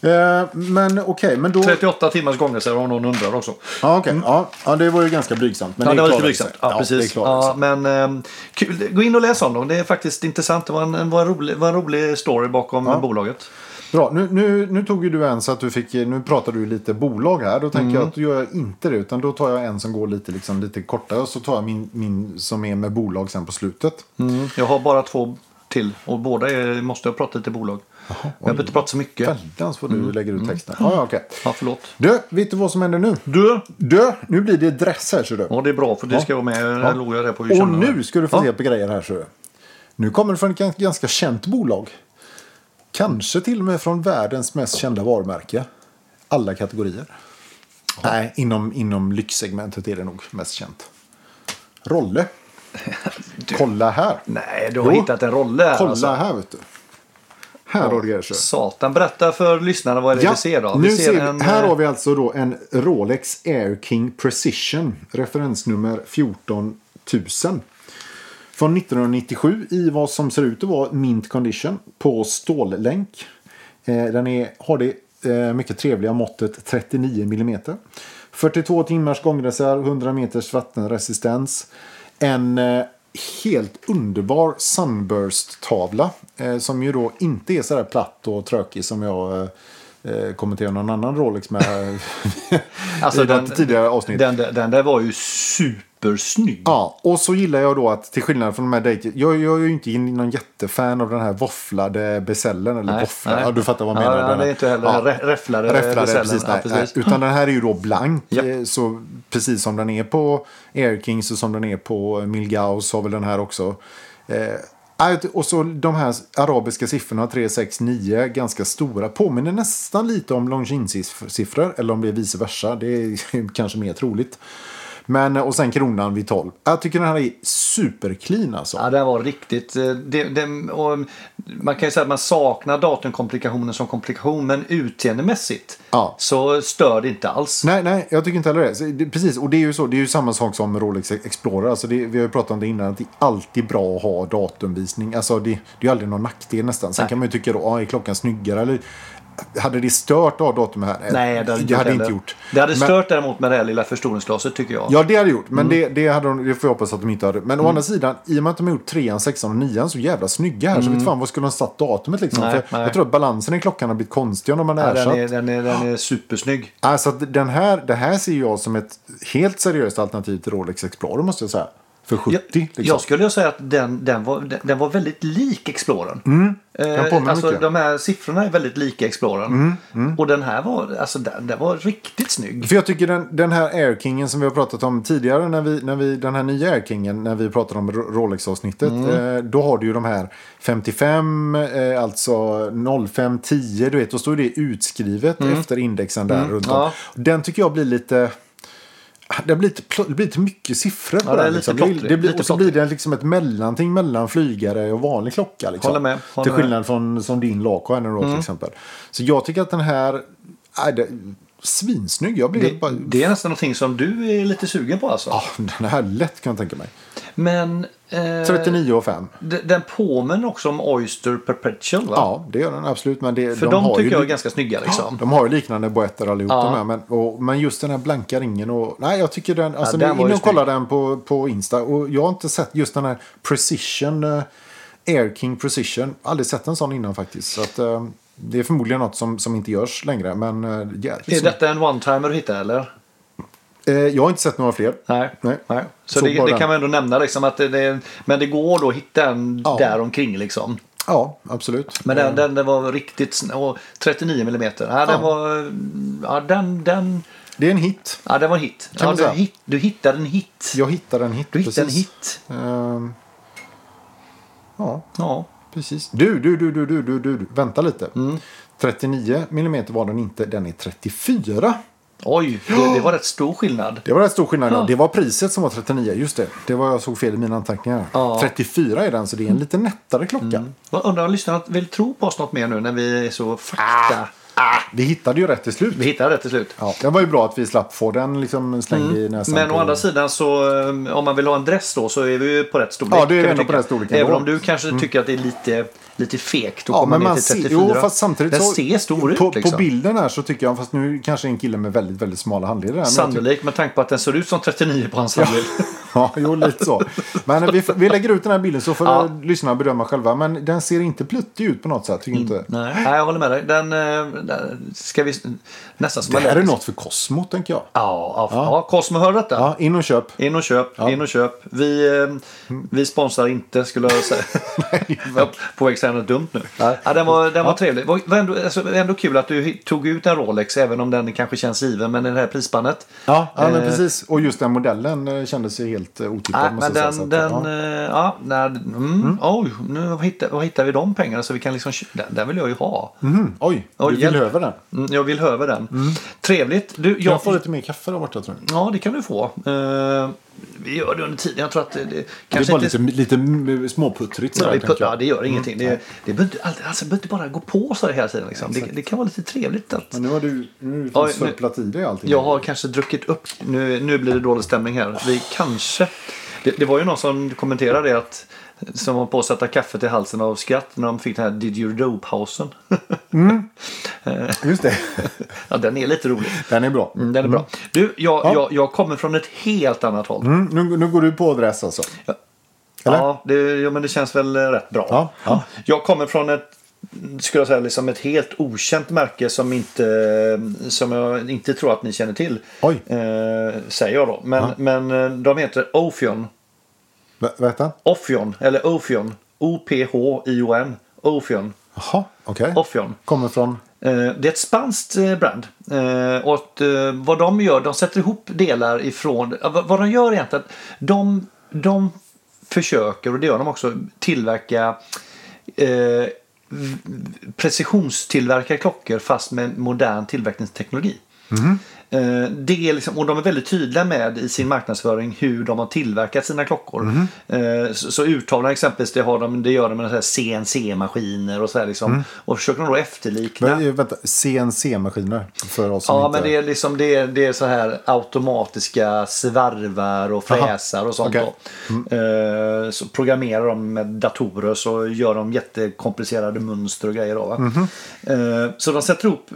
S2: Eh, men okej, men då...
S1: 38 timmars gångelser om någon undrar också.
S2: Ja, okej. Ja, ja, det var ju ganska blygsamt. Men
S1: Ja, det
S2: är
S1: var lite
S2: klarlagt
S1: blygsamt.
S2: sen.
S1: Ja,
S2: det är
S1: precis.
S2: klarlagt
S1: Ja,
S2: sen.
S1: men, eh, kul. Gå in och läs om dem. Det är faktiskt intressant. Det var en, en, var en, rolig, var en rolig story bakom eh, bolaget.
S2: Bra, nu, nu, nu tog ju du en så att du fick, nu pratar du lite bolag här. Då tänker jag att då gör jag inte det, utan då tar jag en som går lite, liksom, lite kortare och så tar jag min, min som är med bolag sen på slutet.
S1: Mm, Jag har bara två till och båda är, måste jag prata lite bolag. jag behöver inte prata så mycket.
S2: Väldans vad du lägger ut texten. Ja, ja, okej.
S1: Ja, förlåt.
S2: Du, vet du vad som händer nu?
S1: Du!
S2: Du, nu blir det dress här ser du.
S1: Ja, det är bra för det ska jag vara med. Ja. låg jag där på att
S2: Och
S1: känna.
S2: nu ska du få
S1: Ja.
S2: se på grejer här ser du. Nu kommer det från ett gans- ganska känt bolag. Kanske till och med från världens mest kända varumärke. Alla kategorier. Nej, inom, inom lyxsegmentet är det nog mest känt.
S1: [LAUGHS]
S2: Rolle. Kolla här.
S1: Nej, du har
S2: Jo.
S1: hittat en rolle här
S2: Kolla
S1: alltså.
S2: här vet du. Här har du grejer ser du.
S1: Satan, berätta för lyssnarna vad är det vi ser då?
S2: Nu ser vi,
S1: en,
S2: här
S1: eh,
S2: har vi alltså då en Rolex Air King Precision. Referensnummer 14000. Från 1997 i vad som ser ut att vara mint condition på stållänk. Eh, Den är, har det eh, mycket trevliga måttet 39 mm. 42 timmars gångreserv, 100 meters vattenresistens. En eh, helt underbar Sunburst-tavla. eh, Som ju då inte är så där platt och trökig som jag eh, eh, kommenterade någon annan
S1: [LAUGHS]
S2: Rolex med i något tidigare avsnitt.
S1: Alltså Den, den, den där var ju supersnygg.
S2: Ja, och så gillar jag då att till skillnad från de här dejter, jag, jag är ju inte någon jättefan av den här våfflade besällen eller
S1: Nej,
S2: våfflan,
S1: nej.
S2: ja, du fattar vad jag menar.
S1: Ja,
S2: den här-
S1: nej, det är inte heller den här rä- räfflade besällen.
S2: precis,
S1: Ja,
S2: nej,
S1: precis.
S2: Nej, utan den här är ju då blank,
S1: Japp.
S2: eh, så precis som den är på Air Kings och som den är på Milgau så har väl den här också. Eh, nej, och så de här arabiska siffrorna 3, 6, 9, ganska stora, påminner nästan lite om Longines-siffror, eller om det är vice versa, det är [LAUGHS] kanske mer troligt. Men, och sen kronan vid 12. Jag tycker den här är superclean alltså.
S1: Ja, den var riktigt... eh, Det, det, och man kan ju säga att man saknar datumkomplikationen som komplikation men utseendemässigt
S2: Ja.
S1: så stör det inte alls.
S2: Nej, nej, jag tycker inte heller det. Så det. Precis, och det är ju så. Det är ju samma sak som Rolex Explorer. Alltså det, vi har ju pratat om det innan, att det är alltid bra att ha datumvisning. Alltså det, det är ju aldrig någon nackdel nästan. Sen
S1: Nej.
S2: kan man ju tycka då, ah, är klockan snyggare? Eller, hade det stört att ha datum här?
S1: Nej,
S2: det
S1: det
S2: hade,
S1: hade
S2: jag hade
S1: heller.
S2: inte gjort.
S1: Det hade
S2: Men-
S1: stört Mm. däremot med det här lilla förstoringsglaset tycker jag.
S2: Ja, det hade gjort. Men det, det, hade de, det får jag hoppas att de inte hade.
S1: Mm.
S2: Men å andra sidan, i och med att de har gjort trean, sexan och nian så jävla snygga här. Så vet fan, vad skulle de satt datumet liksom?
S1: Mm. Nej,
S2: För
S1: nej.
S2: Jag tror att balansen i klockan har blivit konstig om de hade
S1: Ja,
S2: ersatt.
S1: den, är, den, är, den är supersnygg.
S2: Alltså att den här, det här ser jag som ett helt seriöst alternativ till Rolex Explorer måste jag säga. För 70
S1: Jag,
S2: liksom.
S1: jag skulle ju säga att den, den, var, den, den var väldigt lik Explorern.
S2: den Mm. påminner
S1: alltså,
S2: mycket. Mm,
S1: de här siffrorna är väldigt lika Explorern. Och den här var, alltså, den, den var riktigt snygg.
S2: För jag tycker den, den här Air Kingen som vi har pratat om tidigare, när vi, när vi, den här nya Air Kingen, när vi pratade om Ro- Rolex-avsnittet,
S1: Mm.
S2: eh, då har du ju de här 55, eh, alltså 05, 10, du vet, då står ju det utskrivet efter indexen där runt om.
S1: Mm. ja.
S2: Den tycker jag blir lite... Det blir lite, pl- det blir lite mycket siffror på
S1: Ja, det är
S2: den.
S1: lite
S2: Liksom. Det, blir-
S1: plottrigt,
S2: det blir,
S1: lite
S2: och så blir det liksom ett mellanting mellan flygare och vanlig klocka. Liksom.
S1: Håller med, håller
S2: Till
S1: med.
S2: skillnad från som din Lako här nu då
S1: Mm.
S2: till exempel. Så jag tycker att den här... Äh, det, svinsnygg. Jag blir helt bara...
S1: Det, det är nästan någonting som du är lite sugen på alltså.
S2: Ah, den här lätt kan jag tänka mig.
S1: Men... eh,
S2: 39 och 5.
S1: D- Den påminner också om Oyster Perpetual va?
S2: Ja, det gör den absolut. Men det,
S1: För de,
S2: har
S1: tycker
S2: ju,
S1: jag är ganska snygga liksom.
S2: De har ju liknande boetter allihop
S1: Ja.
S2: de här. Men, och, men just den här blanka ringen och... Nej, jag tycker den... Alltså,
S1: den
S2: ja,
S1: var
S2: in
S1: ju
S2: och kolla den på, på Insta. Och jag har inte sett just den här Precision... eh, Air King Precision. Aldrig sett en sån innan faktiskt. Så att, eh, det är förmodligen något som, som inte görs längre. Men eh, jävligt
S1: Är
S2: snyggt.
S1: detta en one-timer du hittar eller?
S2: Eh, jag har inte sett några fler.
S1: Nej.
S2: Nej.
S1: Så,
S2: Så
S1: det,
S2: bara
S1: det
S2: den.
S1: kan man ändå nämna liksom att det, det, Men det går då att hitta en
S2: Ja.
S1: där omkring liksom.
S2: Ja, absolut.
S1: Men den, den, den var riktigt sn- och 39 mm. Ja, den
S2: Ja.
S1: var... Ja, den, den,
S2: Det är en hit.
S1: ja, den var en hit.
S2: Kan
S1: Ja,
S2: man
S1: du,
S2: säga.
S1: hit du hittade en hit.
S2: Jag hittade en hit.
S1: Du hittade en
S2: precis.
S1: hit.
S2: Ehm, ja,
S1: Ja.
S2: precis. Du, du, du, du, du, du, du, du. Vänta lite.
S1: Mm.
S2: 39 mm var den inte. Den är 34.
S1: Oj, det, det var rätt stor skillnad.
S2: Det var rätt stor skillnad. Ja. Det var priset som var 39. Just det. Det var jag såg fel i mina anteckningar.
S1: Ja. Mm.
S2: 34 är den, så det är en lite nättare klocka.
S1: Vad- Undrar om lyssnarna vill tro på oss något mer nu när vi är så fakta...
S2: Ah. Vi hittade ju rätt till slut.
S1: Vi hittade det till slut.
S2: Ja, det var ju bra att vi slapp få den liksom slängd i näsan.
S1: Mm. Men å
S2: på-
S1: andra sidan så um, om man vill ha en dress då så är vi ju på rätt storlek.
S2: Ja, det är
S1: kan jag
S2: ändå
S1: tycka.
S2: på rätt storlek ändå. Mm.
S1: Även om du kanske tycker att det är lite, lite fegt att
S2: Ja,
S1: komma
S2: men
S1: ner
S2: man
S1: till
S2: ser,
S1: 34.
S2: jo, fast samtidigt
S1: Den
S2: så,
S1: ser stor
S2: på,
S1: ut liksom.
S2: på bilden här så tycker jag, fast nu kanske är en kille med väldigt, väldigt smala handleder. här, men jag tycker-
S1: Sannolikt med tanke på att den ser ut som 39 på hans handled.
S2: [LAUGHS] Ja, jo, lite så. Men vi, vi lägger ut den här bilden så får eh,
S1: Ja.
S2: lyssnarna bedöma själva. Men den ser inte pluttig ut på något sätt, tycker inte.
S1: [LAUGHS] Nej, nej, jag håller med dig. Den, eh, den ska vi nästan som
S2: Det här är
S1: allergisk.
S2: något för Cosmo, tänker jag.
S1: Ja, ja, ja. Cosmo hör detta.
S2: Ja, in och köp.
S1: In och köp, in och köp. Vi, eh,
S2: Mm.
S1: vi sponsrar inte skulle jag säga.
S2: [LAUGHS]
S1: Jag på väg att säga något dumt nu.
S2: Nej.
S1: Ja, den var, den var trevlig. Det var var ändå, alltså, det var ändå kul att du hi- tog ut en Rolex även om den kanske känns given men i det här prisspannet.
S2: Ja, ja men
S1: Eh,
S2: precis. Och just den modellen eh, kändes ju helt eh, otippad.
S1: Nej,
S2: måste
S1: men
S2: jag säga, så
S1: den,
S2: att,
S1: den,
S2: ja.
S1: eh, ja, nej, mm, oj, nu hittar, var hittar vi de pengarna så vi kan liksom, kö- den, den vill jag ju ha.
S2: Mm, oj,
S1: Oj,
S2: du vill
S1: hjälp.
S2: över den.
S1: Mm, jag vill ha över den. Trevligt. Du, jag,
S2: Jag får lite mer kaffe där borta, tror jag.
S1: Ja, det kan du få. Eh, vi gör det under tiden. Jag tror att det, det
S2: Det är
S1: kanske
S2: bara
S1: inte
S2: lite, lite mm, småputtrigt
S1: Ja,
S2: sådär,
S1: vi
S2: tänker
S1: put,
S2: jag. Mm.
S1: ja, det gör ingenting. Det, det behöver inte, alltid- alltså, behöver inte bara gå på så här hela tiden. Liksom. Det, det kan vara lite trevligt att...
S2: Men nu har du, nu har du
S1: Oj, nu-
S2: sörplat i dig allting.
S1: Jag har kanske druckit upp. Nu, nu blir det dålig stämning här. Vi kanske... Det Det, det var ju någon som kommenterade det att som var på att sätta kaffet i halsen av skratt när de fick den här Did you dope-hausen.
S2: Just det.
S1: [LAUGHS] ja, den är lite rolig.
S2: Den är bra.
S1: Mm, Den är bra. Du, jag, jag, jag kommer från ett helt annat håll.
S2: Mm, nu, nu går du på adress alltså. Eller?
S1: Ja, det, ja, men det känns väl eh, rätt bra.
S2: Ja, ja.
S1: Jag kommer från ett skulle jag säga liksom ett helt okänt märke som inte som jag inte tror att ni känner till.
S2: Oj.
S1: Eh, säger jag då. Men, men eh, de heter Ophion.
S2: V- vänta.
S1: Ophion eller Ophion. O-P-H-I-O-N. Ophion.
S2: Jaha, okej.
S1: Ophion.
S2: Kommer från...
S1: Eh, Det är ett spanskt eh, brand. Eh, Och att, eh, vad de gör, de sätter ihop delar ifrån... ja, vad- Vad de gör egentligen, de, de försöker, och det gör de också, tillverka eh, v- precisionstillverkade klockor fast med modern tillverkningsteknologi. Eh, Det är liksom, och de är väldigt tydliga med i sin marknadsföring hur de har tillverkat sina klockor. Eh, Så, så urtavlan exempelvis, det, har de, det gör de med CNC-maskiner och så här liksom. Och försöker de då efterlikna.
S2: Men, eh, Vänta, CNC-maskiner för oss som
S1: Ja,
S2: inte...
S1: men det är, liksom, det, är, det är så här automatiska svarvar och fräsar och sånt.
S2: okej.
S1: Då. Eh, så programmerar de med datorer så gör de jättekomplicerade mönster och grejer. Då, va? Eh, så de sätter ihop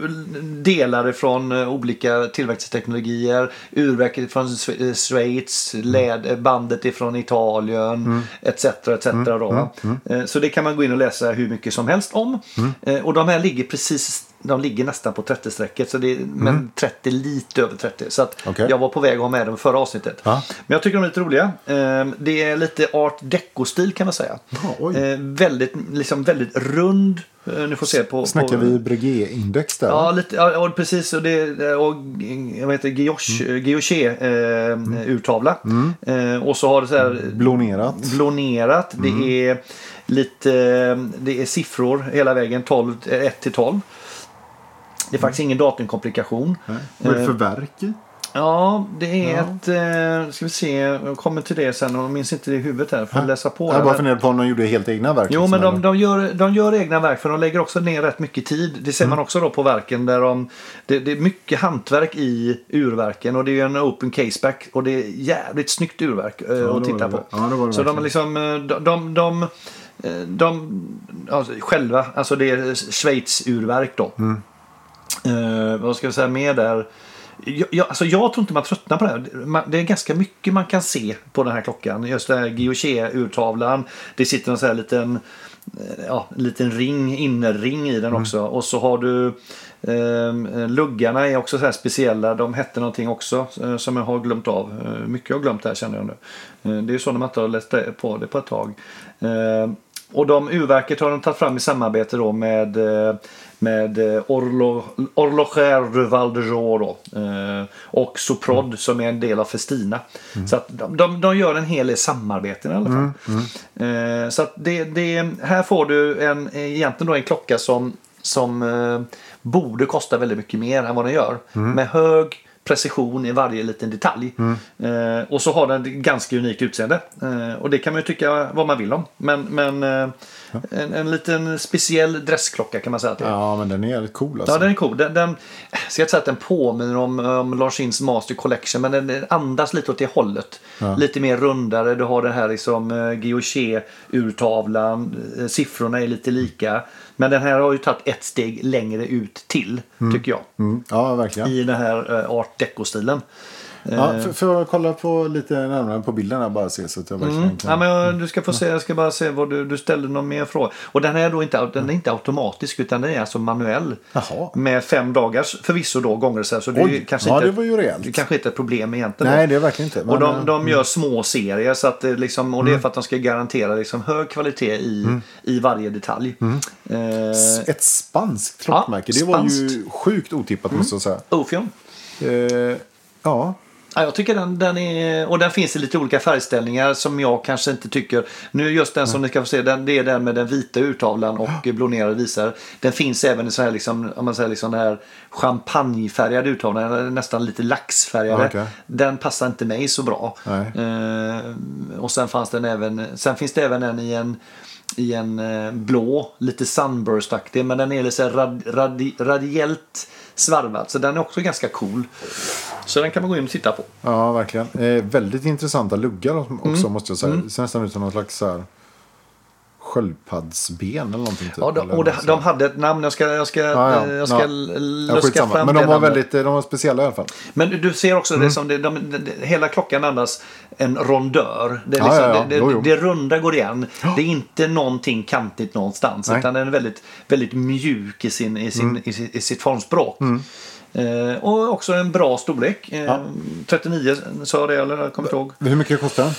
S1: delar från eh, olika tillväxtteknologier. Urverket från Swe- eh, Schweiz, läd, eh, bandet ifrån Italien etc. etc. Då,
S2: Mm,
S1: va? Eh, så det kan man gå in och läsa hur mycket som helst om. Eh, och de här ligger precis de ligger nästan på 30-strecket, så det är, men 30 lite över 30. Så att
S2: Mm. Okej.
S1: jag var på väg att ha med dem i förra avsnittet.
S2: Ja.
S1: Men jag tycker de är lite roliga. Ehm, Det är lite art deco-stil kan man säga.
S2: Jaha, oj.
S1: Eh, väldigt, liksom väldigt rund. Eh, Nu får se på...
S2: Snackar
S1: på...
S2: vi Breguet-index där?
S1: Ja, lite, ja och precis. Och det, och, vad heter det? Guilloche,
S2: Mm.
S1: Guilloche, eh, urtavla. Eh, och så har det så här
S2: Mm. Blonerat?
S1: blonerat.
S2: Mm.
S1: Det är lite ehm, det är siffror hela vägen 12, 1 till 12. Det är faktiskt
S2: Mm.
S1: ingen datumkomplikation.
S2: Vad är
S1: Eh,
S2: det för verk i?
S1: Ja, det är ett... eh, Ska vi se, jag kommer till det sen. Jag minns inte det i huvudet här. Får läsa på.
S2: Jag
S1: här.
S2: bara funderar på om de gjorde helt egna verk.
S1: Jo,
S2: liksom,
S1: men de,
S2: eller?
S1: de, gör, de gör egna verk för de lägger också ner rätt mycket tid. Det ser man
S2: Mm.
S1: också då på verken där de... Det, det är mycket hantverk i urverken och det är ju en open caseback och det är jävligt snyggt urverk eh,
S2: det var
S1: att titta
S2: det.
S1: på.
S2: Ja, det var det
S1: Så de är
S2: verkligen.
S1: liksom... eh, De, de, de, eh, de alltså, själva, alltså det är Schweiz urverk då.
S2: Mm.
S1: Eh, vad ska jag säga mer där? Jag, jag, alltså jag tror inte man tröttnar på det här. Man, det är ganska mycket man kan se på den här klockan. Just den här Guilloche-urtavlan. Det sitter en sån här liten, eh, ja, liten ring, innerring i den också. Och så har du eh, luggarna är också så här speciella. De hette någonting också eh, som jag har glömt av. Eh, mycket jag har glömt här känner jag nu. Eh, det är ju så när man inte har läst på det på ett tag. Eh, och de urverket har de tagit fram i samarbete då med, eh, med eh, Orlo, Orloger de Valdejeau då, eh, och Soprod som är en del av Festina. Så att de, de, de gör en hel del samarbeten i alla fall. Eh, Så att det, det, här får du en, egentligen då en klocka som, som eh, borde kosta väldigt mycket mer än vad den gör. Med hög precision i varje liten detalj. Eh, och så har den ett ganska unikt utseende. Eh, och det kan man ju tycka vad man vill om. Men, men eh, en, en liten speciell dressklocka kan man säga att det är.
S2: Ja, men den är jävligt cool alltså.
S1: Ja, den är cool. Den, den, jag ska inte säga att den påminner om, om Longines Master Collection, men den den andas lite åt det hållet. Lite mer rundare. Du har den här liksom, eh, Guilloche-urtavlan. Eh, Siffrorna är lite lika. Men den här har ju tagit ett steg längre ut till, tycker jag.
S2: Mm, ja, verkligen.
S1: I eh- den här eh, art deco-stilen.
S2: Ja, f- får jag kolla på lite närmare på bilden här bara se så att jag verkligen kan...
S1: Ja, men jag, du ska få se, jag ska bara se vad du, du ställde någon mer fråga. Och den här är då inte, den är inte automatisk utan den är alltså manuell.
S2: Jaha.
S1: Med fem dagars förvisso då gånger så här. Så det är ju
S2: Oj,
S1: kanske
S2: ja,
S1: inte,
S2: det var ju rejält.
S1: Det kanske inte är ett problem egentligen.
S2: Nej, det är verkligen inte.
S1: Och
S2: Men, mm.
S1: de,
S2: de,
S1: de gör små serier så att det liksom, och det är för att de ska garantera liksom hög kvalitet i,
S2: Mm.
S1: i varje detalj. Eh,
S2: Ett spanskt klockmärke. det var ju sjukt otippat
S1: Mm.
S2: måste jag säga.
S1: Ofion.
S2: Eh, ja,
S1: Ja, jag tycker den, den är... Och den finns i lite olika färgställningar som jag kanske inte tycker... Nu just den som ni ska få se, den, det är den med den vita urtavlan och blonerade visare. Den finns även i så här liksom, om man säger liksom den här champagnefärgade urtavlan, eller nästan lite laxfärgade.
S2: Okej.
S1: Den passar inte mig så bra.
S2: Nej.
S1: Eh, och sen fanns den även... Sen finns det även en i en i en eh, blå, lite sunburst-aktig, men den är lite så här rad, radi, radiellt svarvad. Så den är också ganska cool. Så den kan man gå in och titta på.
S2: Ja, verkligen. Eh, väldigt intressanta luggar också
S1: Mm.
S2: måste jag säga. Det ser nästan ut som någon slags så här, sköldpaddsben eller någonting. Typ,
S1: Ja, de,
S2: eller
S1: och det,
S2: något
S1: de hade ett namn, jag ska, jag ska, eh,
S2: Ja, ja.
S1: jag ska
S2: Ja.
S1: l-
S2: Ja,
S1: luska
S2: skitsamma.
S1: fram
S2: Men
S1: det
S2: de var,
S1: namnet.
S2: väldigt, eh, de var speciella i alla fall.
S1: Men du- du ser
S2: Mm.
S1: också det som det, de, de, de, hela klockan andas en rondör. Det, är
S2: Ja,
S1: liksom,
S2: ja, ja.
S1: det,
S2: Jo,
S1: det,
S2: jo.
S1: det runda går igen. Det är inte någonting kantigt någonstans.
S2: Nej. Mm.
S1: Utan den är väldigt, väldigt mjuk i, sin, i, sin, i, si- i sitt formspråk. Eh, och också en bra storlek. Eh, 39 sa jag det eller jag kommer inte ihåg.
S2: Hur mycket kostar den?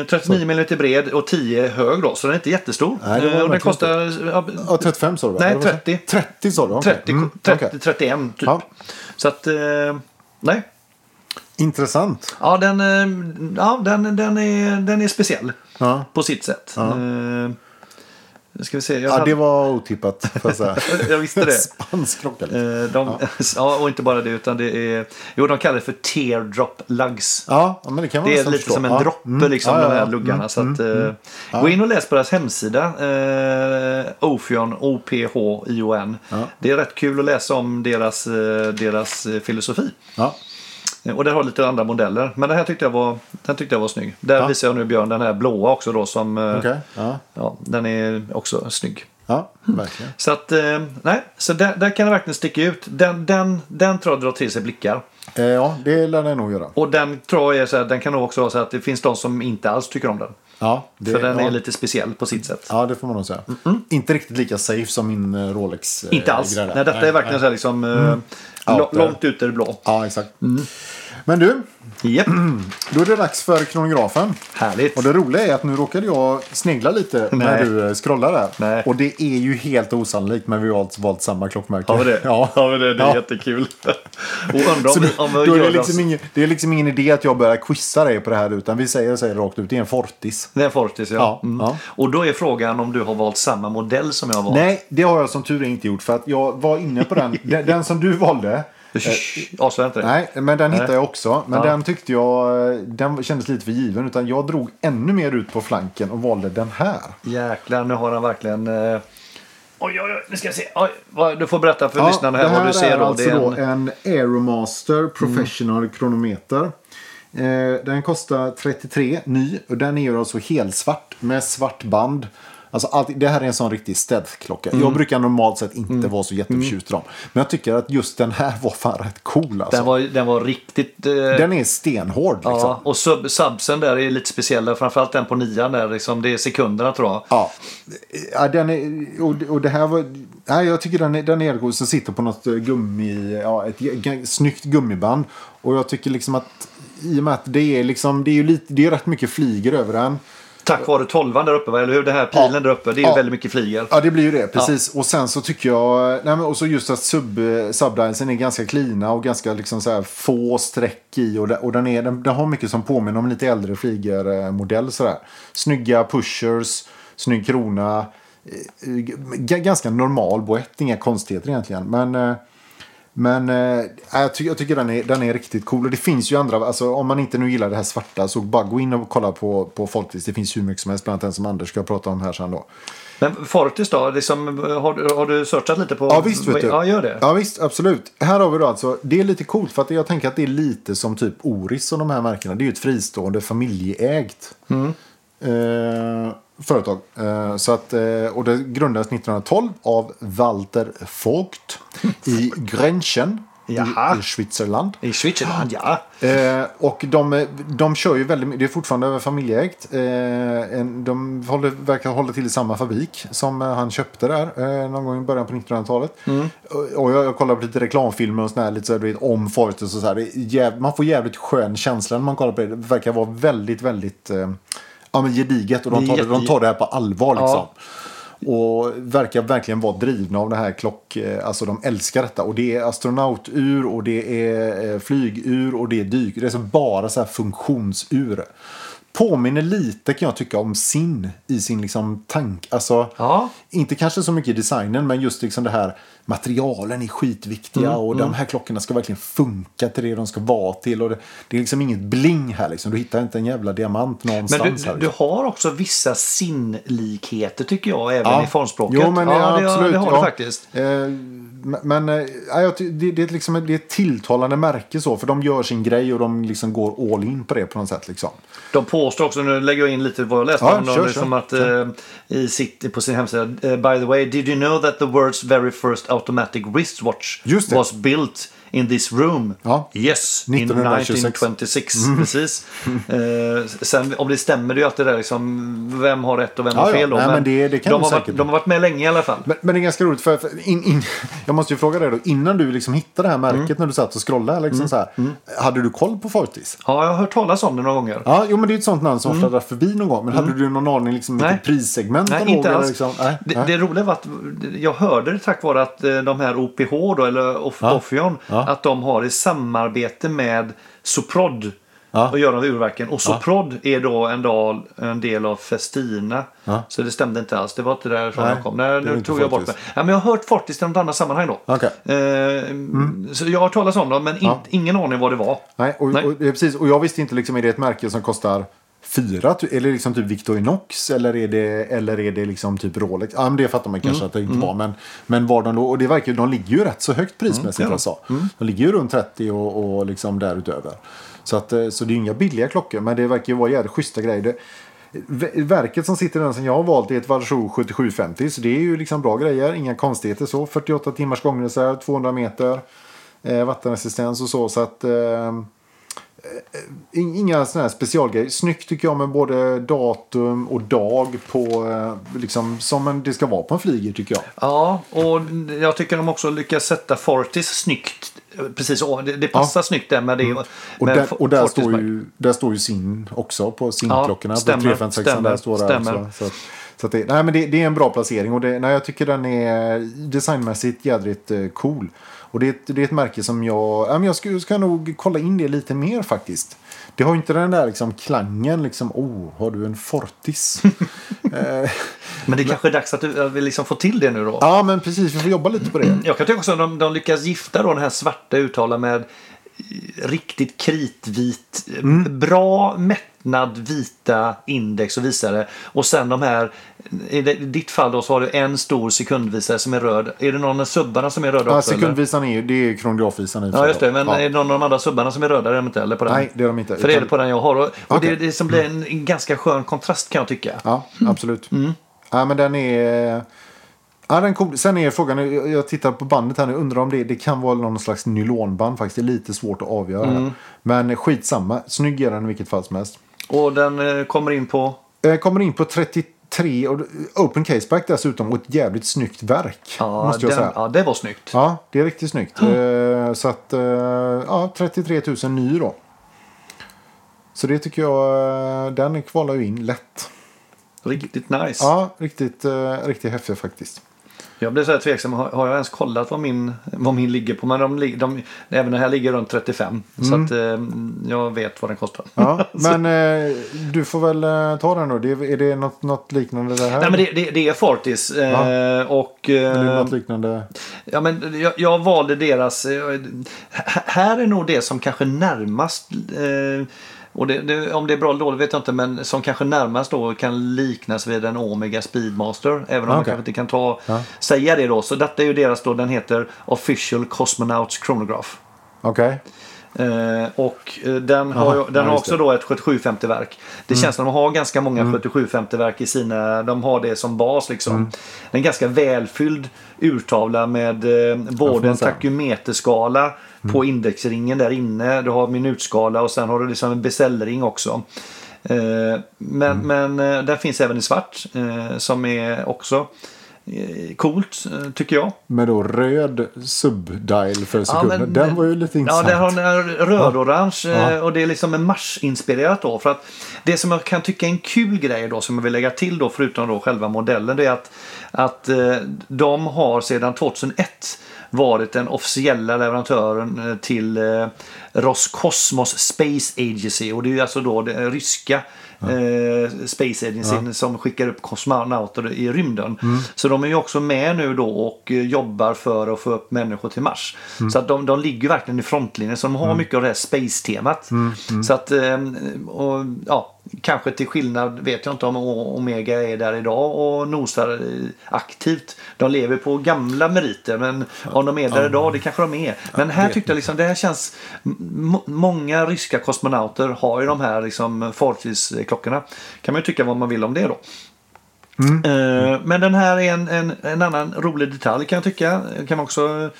S1: Eh, 39 mm bred och 10 hög då. Så den är inte jättestor.
S2: Nej, det var
S1: Eh, och den
S2: verkligen
S1: kostar
S2: Ja,
S1: ja,
S2: 35 sa du va?
S1: Nej,
S2: Eller vad sa du?
S1: 30.
S2: 30 sa du? okej.
S1: 30,
S2: Mm,
S1: 30,
S2: okej.
S1: 31 typ.
S2: Ja.
S1: Så att, eh, nej.
S2: Intressant.
S1: Ja, den, eh, ja den, den, är, den är speciell
S2: Ja.
S1: på sitt sätt.
S2: Ja.
S1: Eh, nu ska vi se. Jag,
S2: Ja,
S1: hade,
S2: det var otippat. får jag säga.
S1: [LAUGHS] jag visste det.
S2: [LAUGHS] Spansk klocka. liksom.
S1: Eh, de, [LAUGHS] ja. och inte bara det, utan det är... Jo, de kallar det för teardrop lugs.
S2: Ja, men det kan man
S1: Det är
S2: nästan
S1: lite
S2: förstå.
S1: som en
S2: ja.
S1: droppe,
S2: Mm.
S1: liksom,
S2: Ja, ja,
S1: de
S2: ja.
S1: här luggarna.
S2: Mm.
S1: så att, eh, Gå in och läs på deras hemsida, eh, Ophion, O-P-H-I-O-N.
S2: Ja.
S1: Det är rätt kul att läsa om deras, eh, deras eh, filosofi.
S2: Ja.
S1: Eh, Och där har lite andra modeller. Men den här tyckte jag var, den tyckte jag var snygg. Där
S2: Ja.
S1: visar jag nu Björn den här blåa också då som... eh,
S2: Okej. Ja.
S1: Ja, den är också snygg.
S2: ja, verkligen.
S1: Så att, eh, nej, så där, där kan den verkligen sticka ut. Den, den, den tror jag drar till sig blickar.
S2: Eh, ja, det lär den nog göra.
S1: Och den tror jag är så här, den kan nog också vara så här att det finns de som inte alls tycker om den.
S2: Ja, det,
S1: För den
S2: ja.
S1: är lite speciell på sitt sätt.
S2: Ja, det får man nog säga. Inte riktigt lika safe som min eh, Rolex. eh,
S1: Inte alls.
S2: grej där.
S1: Nej, detta är verkligen så här liksom eh,
S2: Mm.
S1: lo-
S2: Out there.
S1: långt ute i det blå.
S2: Ja, exakt.
S1: Mm.
S2: Men du,
S1: Japp,
S2: då är det dags för kronografen.
S1: härligt.
S2: Mm. Och det roliga är att nu råkade jag snegla lite när
S1: Nej.
S2: du eh, scrollade där.
S1: Nej.
S2: Och det är ju helt osannolikt men vi har alltså valt samma klockmärke.
S1: Har vi det?
S2: [LAUGHS] Ja.
S1: har vi det? Det är
S2: Ja.
S1: jättekul. [LAUGHS] Och undrar om,
S2: Så då,
S1: vi- om vi
S2: då är
S1: gör
S2: det,
S1: oss...
S2: liksom ingen, det är liksom ingen idé att jag börjar quizza dig på det här utan vi säger, säger rakt ut, det är en Fortis.
S1: Det är en Fortis, ja.
S2: Ja,
S1: mm.
S2: ja.
S1: Och då är frågan om du har valt samma modell som jag har valt.
S2: Nej, det har jag som tur är inte gjort för att jag var inne på den, den, den som du valde.
S1: Shh, Avslöja inte det.
S2: Nej, men den hittade jag också. Men
S1: Ja.
S2: den tyckte jag eh, den kändes lite för given. Utan jag drog ännu mer ut på flanken och valde den här.
S1: Jäklar, nu har han verkligen... Eh... Oj, oj, oj, nu ska jag se. Oj, vad, du får berätta för
S2: Ja,
S1: lyssnarna här,
S2: det
S1: vad du
S2: är
S1: ser. Då.
S2: alltså
S1: det är en... Mm.
S2: då en Aeromaster Professional Kronometer. Eh, den kostar 33 ny och den är ju alltså helsvart med svart band. Alltså allt, det här är en sån riktig stealth-klocka.
S1: Mm.
S2: Jag brukar normalt sett inte vara så jätteförtjust i dem. Men jag tycker att just den här var fan rätt cool
S1: den,
S2: alltså. Den,
S1: var, den var riktigt... Eh...
S2: är stenhård liksom.
S1: Ja, och sub, subsen där är lite speciella. Framförallt den på nian där. Liksom, det är sekunderna tror jag.
S2: Ja, ja den är, och, och det här var... Nej, jag tycker den är, den är helt god. Sen sitter på något eh, gummi... Ja, ett g- g- snyggt gummiband. Och jag tycker liksom att... I och med att det är liksom... Det är ju lite, det är rätt mycket flyger över den.
S1: Tack vare tolvan där uppe, va? eller hur? Det här pilen
S2: Ja.
S1: där uppe, det är
S2: Ja.
S1: ju väldigt mycket flyger.
S2: Ja, det blir ju det. Precis. Och sen så tycker jag... Nej, men, och så just att sub, eh, subdialsen är ganska klina och ganska liksom så här få streck i. Och, det, och den, är, den, den har mycket som påminner om lite äldre flygermodell. sådär. Snygga pushers, snygg krona. eh, eh, g- Ganska normal boett, inga konstigheter egentligen. Men... eh, men eh, jag, ty- jag tycker den är, den är riktigt cool. Och det finns ju andra, alltså, om man inte nu gillar det här svarta så bara gå in och kolla på, på Folktis. Det finns hur mycket som helst, bland annat den som Anders ska prata om här sen då.
S1: Men Fortis då? Liksom, har, du- har du searchat lite på...
S2: Ja visst vet du.
S1: Ja, gör det.
S2: Ja visst, absolut. Här har vi då alltså, det är lite coolt för att jag tänker att det är lite som typ Oris och de här märkena. Det är ju ett fristående familjeägt
S1: Mm.
S2: eh, företag. Eh, så att, eh, och det grundades 1912 av Walter Vogt
S1: [LAUGHS]
S2: i Grenchen i,
S1: Jaha.
S2: i Schweizerland.
S1: I Switzerland, ja.
S2: Eh, och de, de kör ju väldigt mycket, det är fortfarande familjeägt. Eh, en, de håller, verkar hålla till i samma fabrik som eh, han köpte där eh, någon gång i början på 1900-talet.
S1: Mm.
S2: Och, och jag, jag kollar på lite reklamfilmer och sådär, lite så här, du vet, om Fortus och så här. Det är jäv, man får jävligt skön känsla när man kollar på det. Det verkar vara väldigt, väldigt eh, ja, men gediget och de
S1: Det är
S2: tar, det, de
S1: jätte-
S2: tar det här på allvar
S1: Ja.
S2: liksom. Och verkar verkligen vara drivna av det här klock... eh, Alltså de älskar detta. Och det är astronautur och det är eh, flygur och det är dyk. Det är så bara så här funktionsur. Påminner lite kan jag tycka om sin i sin liksom tank. Alltså,
S1: Ja.
S2: Inte kanske så mycket i designen men just liksom det här materialen är skitviktiga
S1: Mm,
S2: och de här klockorna ska verkligen funka till det de ska vara till. Och det, det är liksom inget bling här liksom. Du hittar inte en jävla diamant
S1: Men
S2: någonstans.
S1: du,
S2: här,
S1: du, du
S2: liksom.
S1: har också vissa sinnlikheter tycker jag, även
S2: Ja.
S1: i formspråket.
S2: Jo, men, ja,
S1: det, har-
S2: absolut,
S1: det har
S2: ja.
S1: du faktiskt.
S2: Eh, men- men eh, ja, jag ty- det, det, är ett liksom, ett- det är ett tilltalande märke så. För de gör sin grej och de liksom går all in på det på något sätt. Liksom.
S1: De påstår också, nu lägger jag in lite vad jag läste
S2: Ja,
S1: om dem,
S2: kör,
S1: liksom
S2: kör.
S1: att eh, i sitt, på sin hemsida, eh, by the way, did you know that the world's very first automatic wristwatch
S2: Just det.
S1: was built in this room?
S2: Ja. Mm.
S1: Yes, in
S2: 1926.
S1: 1926.
S2: [LAUGHS]
S1: Precis. Eh, sen om det stämmer, det är ju alltid det där liksom, vem har rätt och vem
S2: Ja,
S1: har
S2: ja.
S1: fel då?
S2: Nej, men det- det kan
S1: de,
S2: du
S1: har varit,
S2: säkert.
S1: de har varit med länge i alla fall.
S2: Men, men det är ganska roligt för, för in, in, [LAUGHS] jag måste ju fråga dig då. Innan du liksom hittade det här märket
S1: Mm.
S2: när du satt och scrollade liksom, så här. Hade du koll på Fortis?
S1: Ja, jag har hört talas om det några gånger.
S2: Ja, jo, men det är ett sånt namn som fladdrar förbi någon gång. Men hade du någon aning liksom
S1: Mm. Nej.
S2: vilket prissegment de
S1: Nej,
S2: låg
S1: inte
S2: eller
S1: alls.
S2: Liksom? Nej,
S1: det,
S2: nej.
S1: det roliga var att jag hörde det tack vare att eh, de här OPH då, eller Off-
S2: Ja.
S1: Offion,
S2: Ja.
S1: att de har i samarbete med Soprod
S2: Ja.
S1: och gör de urverken. Och Soprod är då en, dal, en del av Festina.
S2: Ja.
S1: Så det stämde inte alls. Det var inte därifrån
S2: Nej,
S1: de kom.
S2: det
S1: Nej,
S2: är
S1: nu
S2: inte
S1: tog jag bort mig.
S2: Fortis.
S1: Ja, men jag har hört Fortis i något annat sammanhang då.
S2: Okej. Mm.
S1: Eh, Så jag har hört talas om dem men in, ingen aning vad det var.
S2: Nej, och,
S1: Nej.
S2: Och, ja, precis, och jag visste inte, liksom, är det ett märke som kostar fyra? tu- Eller liksom typ Victorinox? Eller är det, eller är det liksom typ Rolex? Ja, men det fattar man kanske att det inte var. Men, men var de låg, och det verkar ju, de ligger ju rätt så högt prismässigt.
S1: ja.
S2: alltså. De ligger ju runt 30 och, och liksom därutöver. Så, att, eh, så det är ju inga billiga klockor, men det verkar ju vara jävligt schyssta grejer. Det, ver- Verket som sitter i den som jag har valt är ett Valjoux 7750 så det är ju liksom bra grejer, inga konstigheter så. 48 timmars gångreserv, 200 meter, eh, vattenresistens och så. så att, eh, In- Inga sådana här specialgrejer. Snyggt tycker jag med både datum och dag på eh, liksom som en, det ska vara på en flyger tycker jag.
S1: Ja, och jag tycker de också lyckas sätta Fortis snyggt. Precis, och det, det passar snyggt där med det.
S2: Mm. Och,
S1: med
S2: där, och där,
S1: Fortis
S2: står
S1: med.
S2: ju, där står ju sin också på
S1: Ja,
S2: SIN-klockorna. på
S1: stämmer,
S2: 356
S1: stämmer,
S2: där står det här
S1: stämmer.
S2: också. Så, att- så att det, nej, men det, det är en bra placering och det, nej, jag tycker den är designmässigt jädrigt eh, cool. Och det, är ett- det är ett märke som jag, ja, men jag ska, ska nog kolla in det lite mer faktiskt. Det har ju inte den där liksom klangen liksom, oh, har du
S1: [LAUGHS]
S2: en Fortis? Eh,
S1: Men det är kanske är dags att du att vi liksom får till det nu då.
S2: Ja, men precis. Vi får jobba lite på det.
S1: Jag kan tycka också att de, de lyckas gifta då den här svarta uttalen med eh, riktigt kritvit, eh,
S2: Mm.
S1: bra mättnad vita index och visare. Och sen de här, i det- i ditt fall då så har du en stor sekundvisare som är röd. Är det någon av subbarna som är röda
S2: Ja,
S1: också? eller?
S2: sekundvisaren är ju, det är ju kronografvisaren. i och för
S1: Ja,
S2: sig
S1: just det. Men
S2: då.
S1: är det någon av de andra subbarna som är röda eller inte? Eller på den?
S2: Nej, det är de inte,
S1: För det är
S2: utan-
S1: det på den jag har. Och, och det är
S2: Okej. Mm.
S1: det som blir en, en ganska skön kontrast kan jag tycka.
S2: Ja, absolut.
S1: Mm.
S2: Ja, men den är... Ja, den är cool. Sen är frågan, jag jag tittar på bandet här nu, undrar om det, det kan vara någon slags nylonband faktiskt. Det är lite svårt att avgöra.
S1: Mm.
S2: här. Men skitsamma, snygg är den i vilket fall som helst.
S1: Och den eh, kommer in på...
S2: Eh, Kommer in på 33, och open caseback dessutom, och ett jävligt snyggt verk.
S1: Ja,
S2: måste jag
S1: den,
S2: säga.
S1: ja det var snyggt.
S2: Ja, det är riktigt snyggt. Eh, Så att, eh, ja, 33 000 ny då. Så det tycker jag, eh, den kvalar ju in lätt.
S1: Riktigt nice.
S2: Ja, riktigt, eh, riktigt häftig faktiskt.
S1: Jag blev så här tveksam. Har, har jag ens kollat vad min, vad min ligger på? Men de, lig- de, även den här ligger runt 35. Så att eh, jag vet vad den kostar.
S2: Mm. Ja,
S1: [LAUGHS]
S2: men eh, du får väl eh, ta den då. Det, är det något, något liknande det här?
S1: Nej, men det, det, det är Fortis. Eh, Och... eh,
S2: Är det något liknande?
S1: Ja, men jag, jag valde deras... eh, h- Här är nog det som kanske närmast... Eh, och det, det, om det är bra eller dåligt vet jag inte, men som kanske närmast då kan liknas vid en Omega Speedmaster. Även om man
S2: Okej.
S1: kanske inte kan ta, säga det då. Så detta är ju deras då, den heter Official Cosmonauts Chronograph.
S2: Okej.
S1: Eh, och eh, den har,
S2: Jaha,
S1: ju- den har
S2: ja, just Mm.
S1: också då ett 7750-verk. Det känns som de har ganska många 7750-verk i sina, de har det som bas liksom.
S2: Mm.
S1: En ganska välfylld urtavla med eh,
S2: får
S1: både
S2: man
S1: en
S2: säga. Mm.
S1: takymeterskala på indexringen där inne. Du har minutskala och sen har du liksom en beställring också. Eh, men
S2: Mm.
S1: men eh, den finns även i svart eh, som är också eh, coolt eh, tycker jag.
S2: Med då röd subdial för sekunden.
S1: men-
S2: den var ju lite
S1: Ja,
S2: intressant.
S1: den har den rödorange
S2: Ja.
S1: eh, och det är liksom en Mars-inspirerat då. För att det som jag kan tycka är en kul grej då som jag vill lägga till då förutom då själva modellen det är att, att eh, de har sedan 2001 varit den officiella leverantören eh, till eh, Roscosmos Space Agency. Och det är ju alltså då den ryska eh, Space Agency som skickar upp kosmonauter i rymden. Så de är ju också med nu då och eh, jobbar för att få upp människor till Mars. Så att de, de ligger ju verkligen i frontlinjen. Så de har mycket av det här space-temat. Så att, eh, och, ja, kanske till skillnad, vet jag inte om O- Omega är där idag och nosar eh, aktivt. De lever på gamla meriter, men om de är där idag, det kanske de är. Men här
S2: vet
S1: tyckte jag liksom, det här känns... m- m- Många ryska kosmonauter har ju de här liksom fartygsklockorna. Kan man ju tycka vad man vill om det då.
S2: Mm.
S1: Eh, Men den här är en, en, en annan rolig detalj kan jag tycka. Kan man också,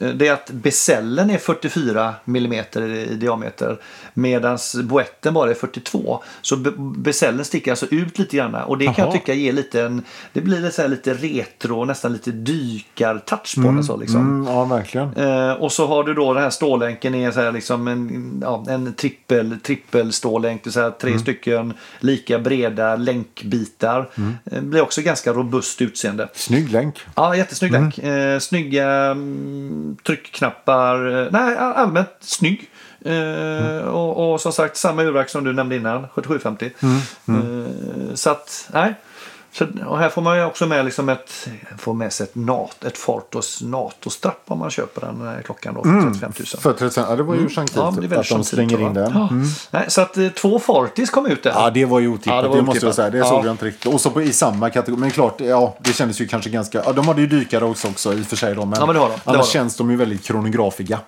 S1: eh, det är att besällen är 44 mm i diameter medan boetten bara är 42. Så be- besällen sticker alltså ut lite grann och det kan jag
S2: Jaha.
S1: tycka ger lite en, det blir lite, så här lite retro, nästan lite dykar-touch på den. Så liksom.
S2: Mm, ja, verkligen.
S1: Eh, och så har du då den här stålänken är så här liksom en, ja, en trippel, trippel stålänk. Så här tre stycken lika breda länkbitar. Eh, blir också ganska robust utseende.
S2: Snygg länk.
S1: Ja, jättesnygg
S2: Mm.
S1: länk. Eh, snygga mm, tryckknappar. Eh, Nej, all- allmänt snygg. Eh,
S2: Mm.
S1: och, och som sagt, samma urverk som du nämnde innan, 7750.
S2: Mm,
S1: Eh, så att, nej. Så, och här får man ju också med, liksom ett, får med sig ett, NAT, ett Fortos NATO-strapp om man köper den här klockan då, för 35 000.
S2: För 30, ja, det var ju gentilt
S1: Mm. Ja, men det är väl
S2: Mm. att de
S1: sånt
S2: slänger
S1: typ,
S2: in
S1: va?
S2: den. Mm.
S1: Ja. Nej, så att eh, två Fortis kom ut där.
S2: Ja, det var ju otippat.
S1: Ja, det
S2: det,
S1: var
S2: måste jag
S1: otippat.
S2: säga. Det
S1: Ja.
S2: såg jag inte riktigt. Och så på, i samma kategori. Men klart, ja, det kändes ju kanske ganska... Ja, de hade ju dykare också, också i och för sig. Då, men
S1: Ja, men det har de. Det
S2: annars
S1: har de. Mm.
S2: känns de ju väldigt kronografiga.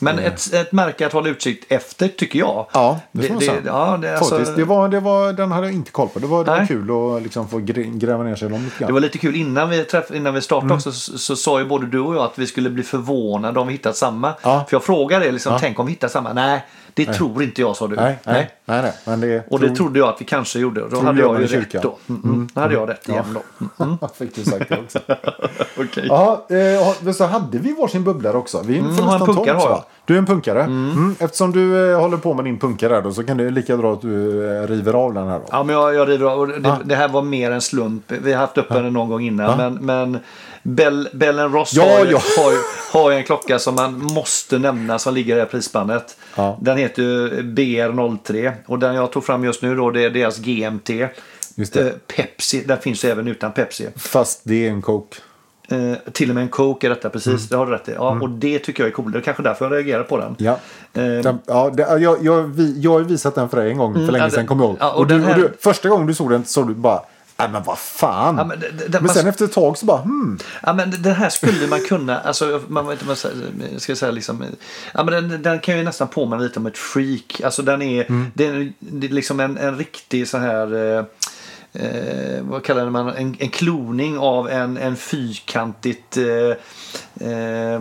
S1: Men ett, ett märke att hålla utsikt efter, tycker jag.
S2: Ja, det får man säga.
S1: ja, det, är alltså-
S2: Faktiskt, det var, det var, den hade jag inte koll på. Det var, det var
S1: Nej.
S2: kul att liksom få gr- gräva ner sig i dem lite grann.
S1: Det var lite kul innan vi, träff, innan vi startade
S2: Mm.
S1: också så, så sa ju både du och jag att vi skulle bli förvånade om vi hittat samma.
S2: Ja.
S1: För jag frågade er liksom, tänk om vi hittar samma? Nej, det tror inte jag sa du.
S2: nej, nej, nej, nej, men det...
S1: Och det trodde jag att vi kanske gjorde. Då hade
S2: jag
S1: jag
S2: med
S1: ju
S2: i
S1: rätt
S2: kyrkan.
S1: då. Mm, mm. Då hade jag rätt igen då. Mm.
S2: jag. [LAUGHS] Fick du sagt det också.
S1: [LAUGHS] Okej.
S2: Jaha, eh, ha- så hade vi varsin bubblare också. Vi mm,
S1: jag har en punkare har jag.
S2: Du är en punkare. Mm. Eftersom du eh, håller på med din punkare här då, så kan det lika bra att du eh, river av den här då.
S1: Ja, men jag, jag river av. Och Det, det här var mer en slump. Vi har haft upp den någon gång innan. Men, men Bell, Bell Ross
S2: Ja,
S1: har, ju-
S2: ja.
S1: har, ju- har ju en klocka som man måste nämna som ligger i det här prisspannet.
S2: Ja.
S1: Den heter ju BR03 och den jag tog fram just nu då det är deras GMT.
S2: Just det.
S1: Eh, Pepsi, den finns ju även utan Pepsi.
S2: Fast det är en Coke.
S1: Eh, till och med en Coke är detta, precis.
S2: Mm.
S1: Det har du rätt i. Ja, Och det tycker jag är coolt. Det är kanske därför jag reagerar på den.
S2: Ja.
S1: Eh,
S2: Den, ja, det, jag, jag, vi- jag har ju visat den för dig en gång för länge
S1: Mm. ja, det-
S2: sedan, kommer jag ihåg.
S1: ja, och
S2: och du,
S1: den
S2: och
S1: här-
S2: du, första gången du såg den såg du bara, nej men vad fan.
S1: Ja,
S2: men
S1: men det- det- man-
S2: sen efter ett tag så bara, hmm.
S1: Ja, men det här skulle man kunna, alltså, man vet inte vad man ska- ska säga liksom, ja, men den, den kan ju nästan påminna lite om ett freak. Alltså den är, det är, det är liksom en, en riktig så här, eh, eh, vad kallar man, en, en kloning av en, en fyrkantigt eh, eh,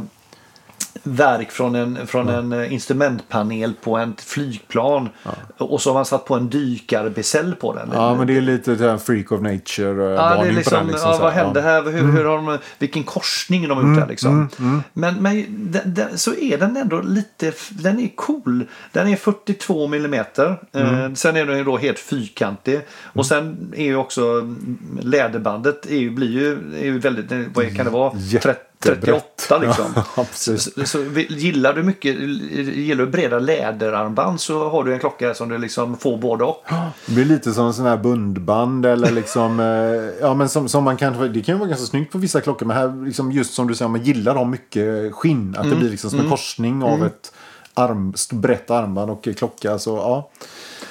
S1: verk från en, från en eh, instrumentpanel på ett flygplan. Och så har man satt på en dykarbesäll på den.
S2: Ja, men det är lite det här freak of nature
S1: Ja, det
S2: ja,
S1: är
S2: på den.
S1: liksom,
S2: Liksom,
S1: ja,
S2: så
S1: vad
S2: här. Mm.
S1: hände här? Hur, hur har de, vilken korsning de har gjort här liksom. Men, men den, den, så är den ändå lite, f- den är cool. Den är 42 millimeter.
S2: Mm.
S1: Eh, sen är den ju då helt fyrkantig. Och sen är ju också mm, läderbandet är ju, blir ju, är ju väldigt, eh, vad kan det vara?
S2: Jättebrett.
S1: 38 liksom.
S2: [LAUGHS] Ja, precis.
S1: Så, så vi- gillar du mycket, gillar du breda läderarmband så har du en klocka som du liksom får både och.
S2: Det blir lite som en sån här bundband eller liksom, eh, ja men som, som man kan, det kan ju vara ganska snyggt på vissa klockor men här liksom just som du säger, man gillar dem mycket skinn.
S1: Mm.
S2: Att det blir liksom som en korsning av ett arm, brett armband och klocka. Så, ja.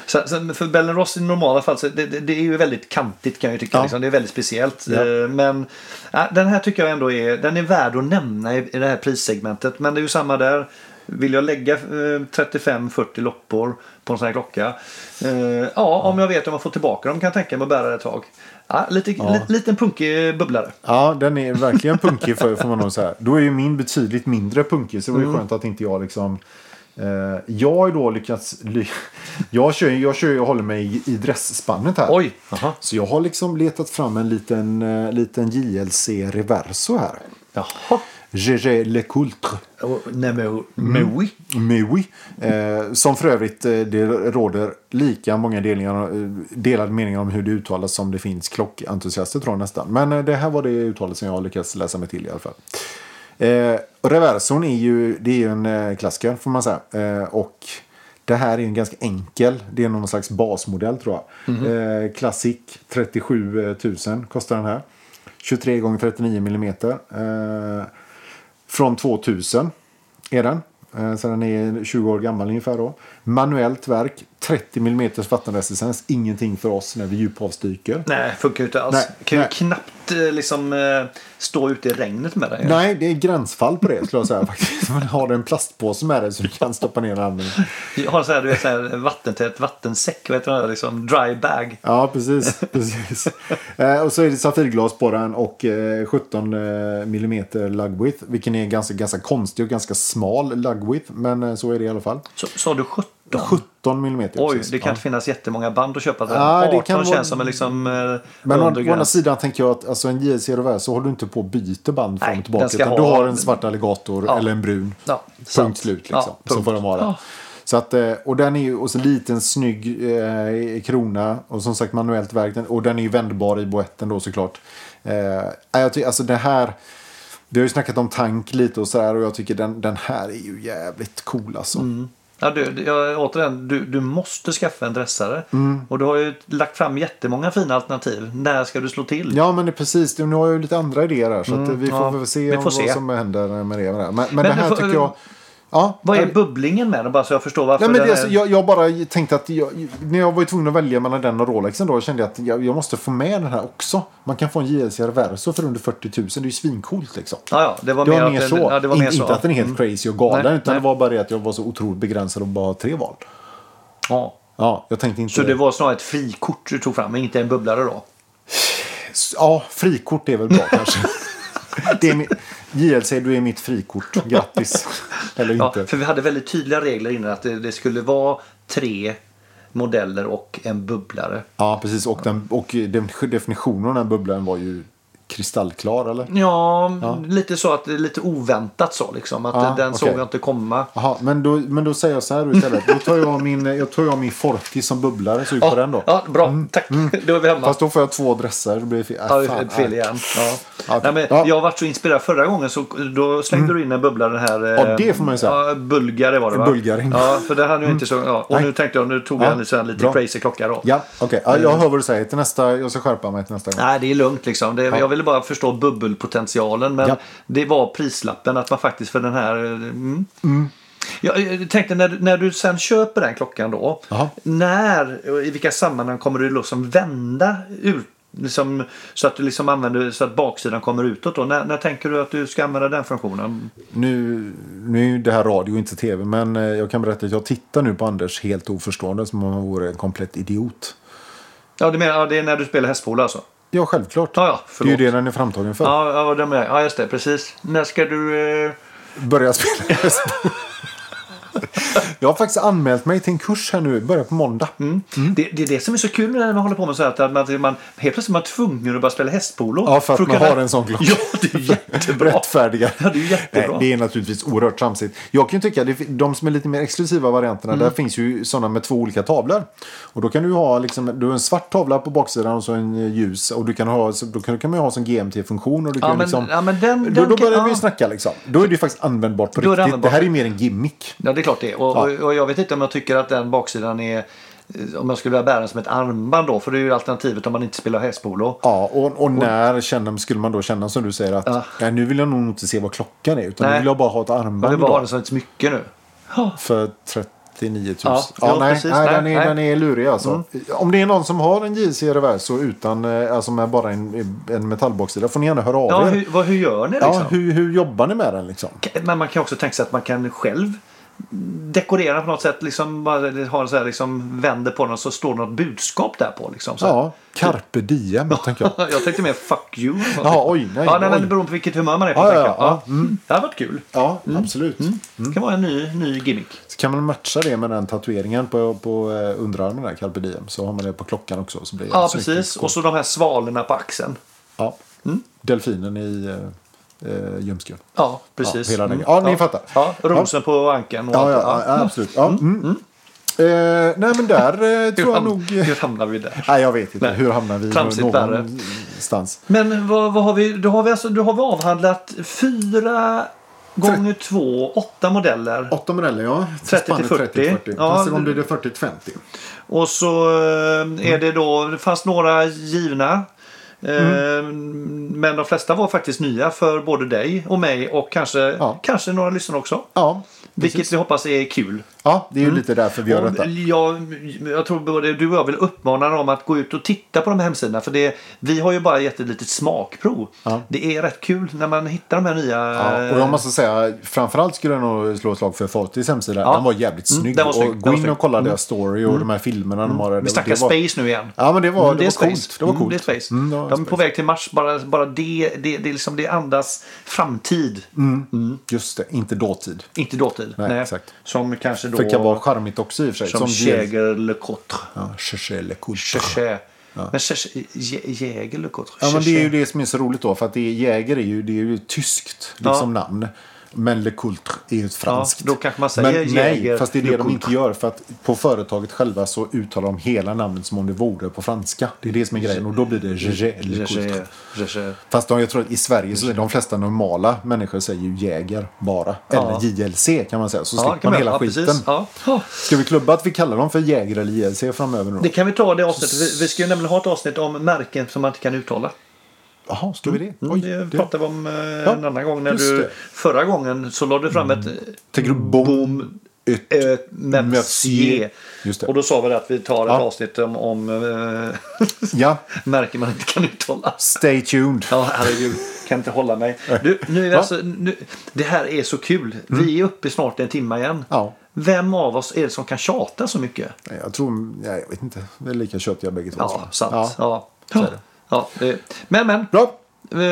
S1: Så, så för Bellen Ross i normala fall så det, det, det är ju väldigt kantigt kan jag ju tycka.
S2: Ja.
S1: Liksom. Det är väldigt speciellt.
S2: Ja.
S1: Eh, Men ja, den här tycker jag ändå är, den är värd att nämna i, i det här prissegmentet. Men det är ju samma där. Vill jag lägga eh, 35-40 loppor på en sån här klocka? Eh, ja, om jag vet om jag får tillbaka dem kan jag tänka mig att bära det ett tag. Ja, lite, li, liten punkig bubblare.
S2: Ja, den är verkligen punkig för, får man nog säga. Då är ju min betydligt mindre punkig, så det var ju
S1: Mm.
S2: skönt att inte jag liksom... Eh, jag har ju då lyckats... Ly jag, kör, ju- jag, kör, ju- jag håller mig i, i dressspannet här.
S1: Oj, jaha.
S2: Så jag har liksom letat fram en liten, eh, liten JLC Reverso här.
S1: Jaha.
S2: GG Le Coultre.
S1: Och- Nej, men, men
S2: Mm.
S1: oui.
S2: Mais oui. Eh, som för övrigt eh, det råder lika många delningar, eh, delade meningar om hur det uttalas som det finns klockentusiaster tror jag nästan. Men eh, det här var det uttalet som jag lyckades läsa mig till i alla fall. Eh, och Reverson är ju, det är ju en eh, klassiker får man säga. Eh, och det här är ju en ganska enkel. Det är någon slags basmodell tror jag. Eh, Classic 37 000 kostar den här. 23 gånger 39 mm. Eh, från 2000 är den. Eh, Så den är 20 år gammal ungefär då. Manuellt verk, 30 mm vattenresistens. Ingenting för oss när vi djuphavsdyker.
S1: Nej, funkar ju inte alls.
S2: Nej,
S1: kan ju
S2: nej.
S1: knappt eh, liksom, eh, stå ute i regnet med den.
S2: Nej, det är gränsfall på det skulle jag säga faktiskt. Man har en plastpåse med dig så du kan stoppa ner handen.
S1: Jag har så här, du vet, så här vattentät vattensäck, vad heter det? där, Liksom, dry bag.
S2: Ja, precis. precis. Eh, och så är det safirglas på den och eh, 17 mm lug width. Vilken är ganska, ganska konstig och ganska smal lug width. Men eh, så är det i alla fall.
S1: Så, sa du 17?
S2: 17 mm.
S1: Oj, det kan inte finnas jättemånga band att köpa. till.
S2: Ja, det
S1: 18
S2: kan
S1: känns
S2: vara-
S1: som en liksom, eh,
S2: Men å
S1: undre
S2: å andra
S1: gräns.
S2: sidan tänker jag att alltså, en JC Reverse så håller du inte på och byter band fram
S1: Nej,
S2: och tillbaka.
S1: den ska
S2: Utan du
S1: ha-
S2: har en svart alligator
S1: Ja.
S2: eller en brun.
S1: Ja, sant.
S2: punkt slut
S1: Ja,
S2: liksom. Så
S1: punkt.
S2: får den vara.
S1: Ja.
S2: Så att, eh, och den är ju och så liten snygg eh, krona och som sagt manuellt verk. Den- Och den är ju vändbar i boetten då såklart. Eh, jag tycker, alltså det här. Vi har ju snackat om tank lite och sådär och jag tycker den, den här är ju jävligt cool alltså.
S1: Ja, du, du- jag, återigen, du, du måste skaffa en dressare.
S2: Mm.
S1: Och du har ju lagt fram jättemånga fina alternativ. När ska du slå till?
S2: Ja men det är precis, nu har jag ju lite andra idéer här så att vi får
S1: Mm, ja.
S2: väl se,
S1: Vi
S2: om
S1: får
S2: vad
S1: se.
S2: som händer med det. Med det. här. Men, men, det
S1: du
S2: här
S1: får-
S2: tycker jag... Ja,
S1: Vad är
S2: jag-
S1: bubblingen med den? Bara så jag förstår varför
S2: Nej, men
S1: den
S2: det, alltså,
S1: är...
S2: jag, jag bara tänkte att jag, när jag var tvungen att välja mellan den och Rolexen då kände jag att jag, jag måste få med den här också. Man kan få en JLC Reverso för under 40 000. Det är ju svinkult liksom.
S1: Ja, ja, det var
S2: Det
S1: mer,
S2: var
S1: att
S2: mer
S1: den-
S2: så.
S1: Ja, det var
S2: In-
S1: mer så. Mm.
S2: Inte att den är helt crazy och galen.
S1: Nej,
S2: utan
S1: nej.
S2: det var bara det att jag var så otroligt begränsad och bara har tre val.
S1: Ja.
S2: Ja, jag tänkte inte...
S1: Så det var snarare ett frikort du tog fram, men inte en bubblare då?
S2: Ja, frikort är
S1: [LAUGHS]
S2: väl bra kanske. Det är min... JLC, du är mitt frikort. Grattis. Eller
S1: Ja,
S2: inte.
S1: för vi hade väldigt tydliga regler innan att det, det skulle vara tre modeller och en bubblare.
S2: Ja, precis. Och, den, och den- definitionen av den här bubblan var ju kristallklar, eller?
S1: Ja, lite så att det är lite oväntat så liksom. Att
S2: Ja,
S1: den såg
S2: okej.
S1: jag inte komma.
S2: Jaha, men då, men då säger jag så här då istället. Då tar jag min, jag tar jag min Forti som bubblare så ut på den då. Mm.
S1: Ja, bra. Tack. [LAUGHS] Då är vi hemma.
S2: Fast då får jag två dresser. Då blir det fel.
S1: Ja,
S2: Äh,
S1: det är
S2: fan,
S1: ett fel
S2: äh.
S1: igen. Ja.
S2: Ja,
S1: Nej, men
S2: ja. Mm.
S1: Jag var så inspirerad förra gången så då slängde du in en bubblare här. eh,
S2: Ja, det får man ju säga.
S1: Ja, bulgare var det va?
S2: Bulgaring. Mm.
S1: Ja, för det hade ju inte så... Ja. Och
S2: Nej.
S1: nu tänkte jag, nu tog jag
S2: Ja,
S1: en lite, så här, lite
S2: bra.
S1: crazy klocka då.
S2: Ja, okej. Ja, jag hör vad du säger. Till nästa, jag ska skärpa mig till nästa gång.
S1: Nej, det är lugnt liksom. Det, Jag ville bara förstå bubbelpotentialen. Men
S2: Ja.
S1: det var prislappen att man faktiskt för den här... eh, Mm. Jag eh, tänkte när, du- när du sen köper den klockan då.
S2: Jaha.
S1: När och i vilka sammanhang kommer du liksom vända ut? Liksom, så att du liksom använder så att baksidan kommer utåt då. När, när tänker du att du ska använda den funktionen?
S2: Nu, nu är ju det här radio inte tv. Men eh, jag kan berätta att jag tittar nu på Anders helt oförstående. Som om han vore en komplett idiot.
S1: Ja, det, menar, ja, det är när du spelar hästpolo alltså?
S2: Ja, självklart.
S1: Ja, ja,
S2: det är ju
S1: förlåt.
S2: det den är framtagen för.
S1: Ja, ja, vad dum jag är. ja, just det. Precis. När ska du... Eh...
S2: Börja spela
S1: [LAUGHS]
S2: Jag har faktiskt anmält mig till en kurs här nu. Börjar på måndag. Mm.
S1: Det, det är det som är så kul när man håller på med så här, att man, att man helt plötsligt är man tvungen att bara spela hästpolo.
S2: Ja, för att man
S1: kunna-
S2: har en sån klocka.
S1: [LAUGHS] Ja, det är jättebra.
S2: Rättfärdiga.
S1: Ja, det är jättebra.
S2: Nej, det är naturligtvis oerhört tramsigt. Jag kan ju tycka, det, de som är lite mer exklusiva varianterna,
S1: Mm.
S2: där finns ju sådana med två olika tavlor. Och då kan du ha liksom, du har en svart tavla på baksidan och så en eh, ljus. Och du kan ha, så, då kan, kan man ju ha som GMT-funktion. Och du
S1: Ja,
S2: kan ju
S1: men-
S2: liksom,
S1: ja, men den-
S2: då,
S1: den
S2: då
S1: kan-
S2: börjar
S1: ja.
S2: vi ju snacka liksom. Då är det ju faktiskt användbart på
S1: Då är det
S2: riktigt.
S1: användbart.
S2: Det här är ju mer en gimmick.
S1: Ja, det är klart det är. och,
S2: Ja.
S1: och, och jag vet inte om jag tycker att den baksidan är... eh, Om jag skulle vilja bära den som ett armband då, för det är ju alternativet om man inte spelar hästpolo.
S2: Ja, och, och när känner, skulle man då känna som du säger att nej, nu vill jag nog inte se vad klockan är utan
S1: Nej.
S2: nu vill jag bara ha ett
S1: Man
S2: armband
S1: vill bara ha
S2: idag
S1: den som ett smycke nu.
S2: för 39 000.
S1: Ja,
S2: Ja,
S1: ja,
S2: nej,
S1: precis.
S2: nej,
S1: Nej,
S2: den, är,
S1: nej.
S2: den är lurig alltså. Om det är någon som har en JC Reverso utan, eh, alltså med bara en, en metallbaksida får ni gärna höra av
S1: Ja,
S2: er.
S1: hur, vad, hur gör ni liksom?
S2: ja, hur, hur jobbar ni med den liksom?
S1: Men man kan också tänka sig att man kan själv dekorera på något sätt. Liksom, bara ha en så här, liksom, vänder på den och så står det något budskap där på. Liksom, så här.
S2: Ja, carpe diem tänker
S1: [LAUGHS]
S2: jag.
S1: jag tänkte mer fuck you.
S2: Ja, oj, nej,
S1: ja, nej, men
S2: oj.
S1: det beror på vilket humör man är på.
S2: Ja,
S1: tänker
S2: ja,
S1: jag.
S2: ja, Mm.
S1: Mm. Det hade varit kul.
S2: Ja, absolut.
S1: Det kan vara en ny, ny gimmick.
S2: Så Mm. kan man matcha det med den tatueringen på, på eh, underarmen där, carpe diem. Så har man det på klockan också. Så blir det
S1: Ja,
S2: snyggt.
S1: precis. Och så de här svalorna på axeln.
S2: Ja. Delfinen i eh, eh, ljumsken.
S1: Ja, precis. Mm.
S2: Ja, hela den- ja, ni fattar.
S1: Ja, rosen på ankan. Och
S2: Ja,
S1: allt.
S2: ja, ja, absolut. Ja. Mm. Eh, nej, men där eh,
S1: Hur,
S2: tror jag
S1: ham-
S2: nog...
S1: hur hamnar vi där?
S2: Nej, jag vet inte.
S1: Nej.
S2: Hur hamnar vi?
S1: Tramsigt värre.
S2: någonstans.
S1: Men vad, vad har vi? Då har vi, alltså, då har vi avhandlat fyra gånger två, åtta modeller.
S2: Åtta modeller ja.
S1: 30 till
S2: Spannet
S1: 40.
S2: 40.
S1: Ja,
S2: Nästa gång
S1: det-
S2: blir det 40 till 50.
S1: Och så eh, är det då, det fanns några givna. eh,
S2: Mm.
S1: Men de flesta var faktiskt nya för både dig och mig och kanske,
S2: Ja.
S1: kanske några lyssnare också.
S2: Ja,
S1: Vilket vi hoppas är kul.
S2: ja det är ju
S1: Mm.
S2: lite därför vi gör
S1: Och
S2: detta.
S1: jag, jag tror både du och jag vill uppmana dem att gå ut och titta på de här hemsidorna. För det, vi har ju bara gett ett litet smakprov.
S2: Ja.
S1: Det är rätt kul när man hittar de här nya. eh,
S2: Ja, och jag måste säga, framförallt skulle jag nog slå ett slag för Fortis hemsida.
S1: Ja.
S2: Den var jävligt
S1: Mm,
S2: snygg.
S1: den var snygg,
S2: Och
S1: den
S2: gå
S1: var
S2: in
S1: snygg. Mm.
S2: och kolla deras story och de här filmerna de har.
S1: eh, Vi snackar space nu igen.
S2: Ja, men det var,
S1: Mm,
S2: det
S1: är
S2: var
S1: space.
S2: coolt. Det var
S1: Mm,
S2: coolt.
S1: det är space.
S2: Mm, det var
S1: de är på
S2: space.
S1: väg till Mars. Bara, bara det, det, det, är liksom, det andas framtid.
S2: Just det, inte dåtid.
S1: Inte dåtid.
S2: Mm. Nej, exakt.
S1: Som kanske då...
S2: För det kan vara charmigt också i och för sig.
S1: som
S2: Jäger.
S1: Jäger Le Cotre.
S2: Ja, Jäger Le Coultre.
S1: Cheche. Men Cheche- Jä- Jäger Le Cotre.
S2: Ja, men det är
S1: Cheche.
S2: ju det som är så roligt då. För att det är, Jäger är ju, det är ju ett tyskt liksom, namn. Men Le Coultre är ju ett franskt.
S1: då kanske man säger
S2: men,
S1: Jäger
S2: Nej, fast det är
S1: Le
S2: det de
S1: Coultre.
S2: inte gör. För att på företaget själva så uttalar de hela namnet som om det vore på franska. Det är det som är grejen. Och då blir
S1: Mm.
S2: det Jäger Le Coultre.
S1: Cheche. Cheche.
S2: Fast de, jag tror att i Sverige så är
S1: Mm.
S2: de flesta normala människor säger ju Jäger bara. Eller
S1: Ja.
S2: JLC kan man säga. Så slipper
S1: det kan
S2: man
S1: vi
S2: hela
S1: göra.
S2: skiten.
S1: precis. Ja. Ja.
S2: Ska vi klubba att vi kallar dem för Jäger eller JLC framöver? nu
S1: Det
S2: då?
S1: kan vi ta det avsnittet. Vi, vi ska ju nämligen ha ett avsnitt om märken som man inte kan uttala.
S2: Jaha, ska vi det?
S1: Mm,
S2: Oj,
S1: det
S2: det-
S1: pratade vi om eh, en annan gång. När
S2: just
S1: du,
S2: det. Mm.
S1: förra gången så lade du fram ett
S2: Tänker du bom, ett,
S1: eh, memsier.
S2: Just det.
S1: Och då sa vi det att vi tar ett
S2: Ja.
S1: avsnitt om, om eh, [LAUGHS]
S2: Ja,
S1: märken man inte kan uttala.
S2: stay tuned.
S1: Ja, herregud. Kan inte hålla mig. Du, nu är vi
S2: Ja. Mm.
S1: alltså, nu, det här är så kul. Vi är uppe i snart en timme igen.
S2: Ja.
S1: Vem av oss är det som kan tjata så mycket?
S2: Nej, Jag tror, nej, jag vet inte. Vi är lika köttiga bägge två.
S1: Ja, sant.
S2: Ja.
S1: Ja.
S2: så
S1: Ja.
S2: är det.
S1: det- Men, men.
S2: Bra.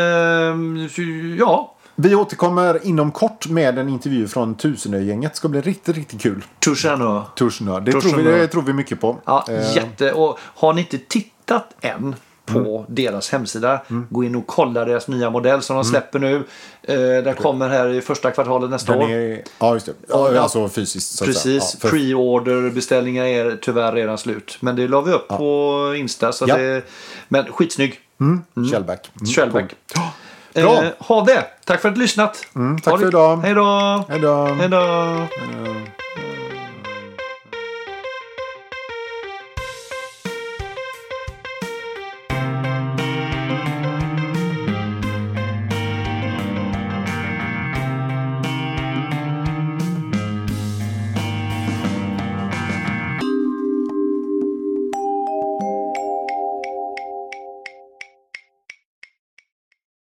S1: Ehm, så- ja,
S2: Vi återkommer inom kort med en intervju från Tusenö-gänget. Det ska bli riktigt, riktigt kul.
S1: Tushano.
S2: Tusenö. Det,
S1: Tusenö.
S2: Tror, vi, det tror vi mycket på.
S1: Ja,
S2: Eh,
S1: jätte. Och har ni inte tittat än
S2: Mm.
S1: på deras hemsida. Gå in och kolla deras nya modell som de
S2: Mm.
S1: släpper nu. Eh, den kommer här i första kvartalet nästa
S2: den
S1: år.
S2: är, ja, just det. Ja,
S1: Ja.
S2: alltså fysiskt. Så att säga.
S1: Precis.
S2: Ja, för-
S1: Pre-order beställningar är tyvärr redan slut. Men det la vi upp på Insta. Så
S2: Ja.
S1: det, men skitsnygg. Eh,
S2: Shellback. Mm,
S1: Shellback.
S2: cool. Bra. Mm,
S1: Eh, ha det! Tack för att du lyssnat.
S2: tack
S1: Ha det-
S2: för idag.
S1: Hej då!
S2: Hej då.
S1: Hej då!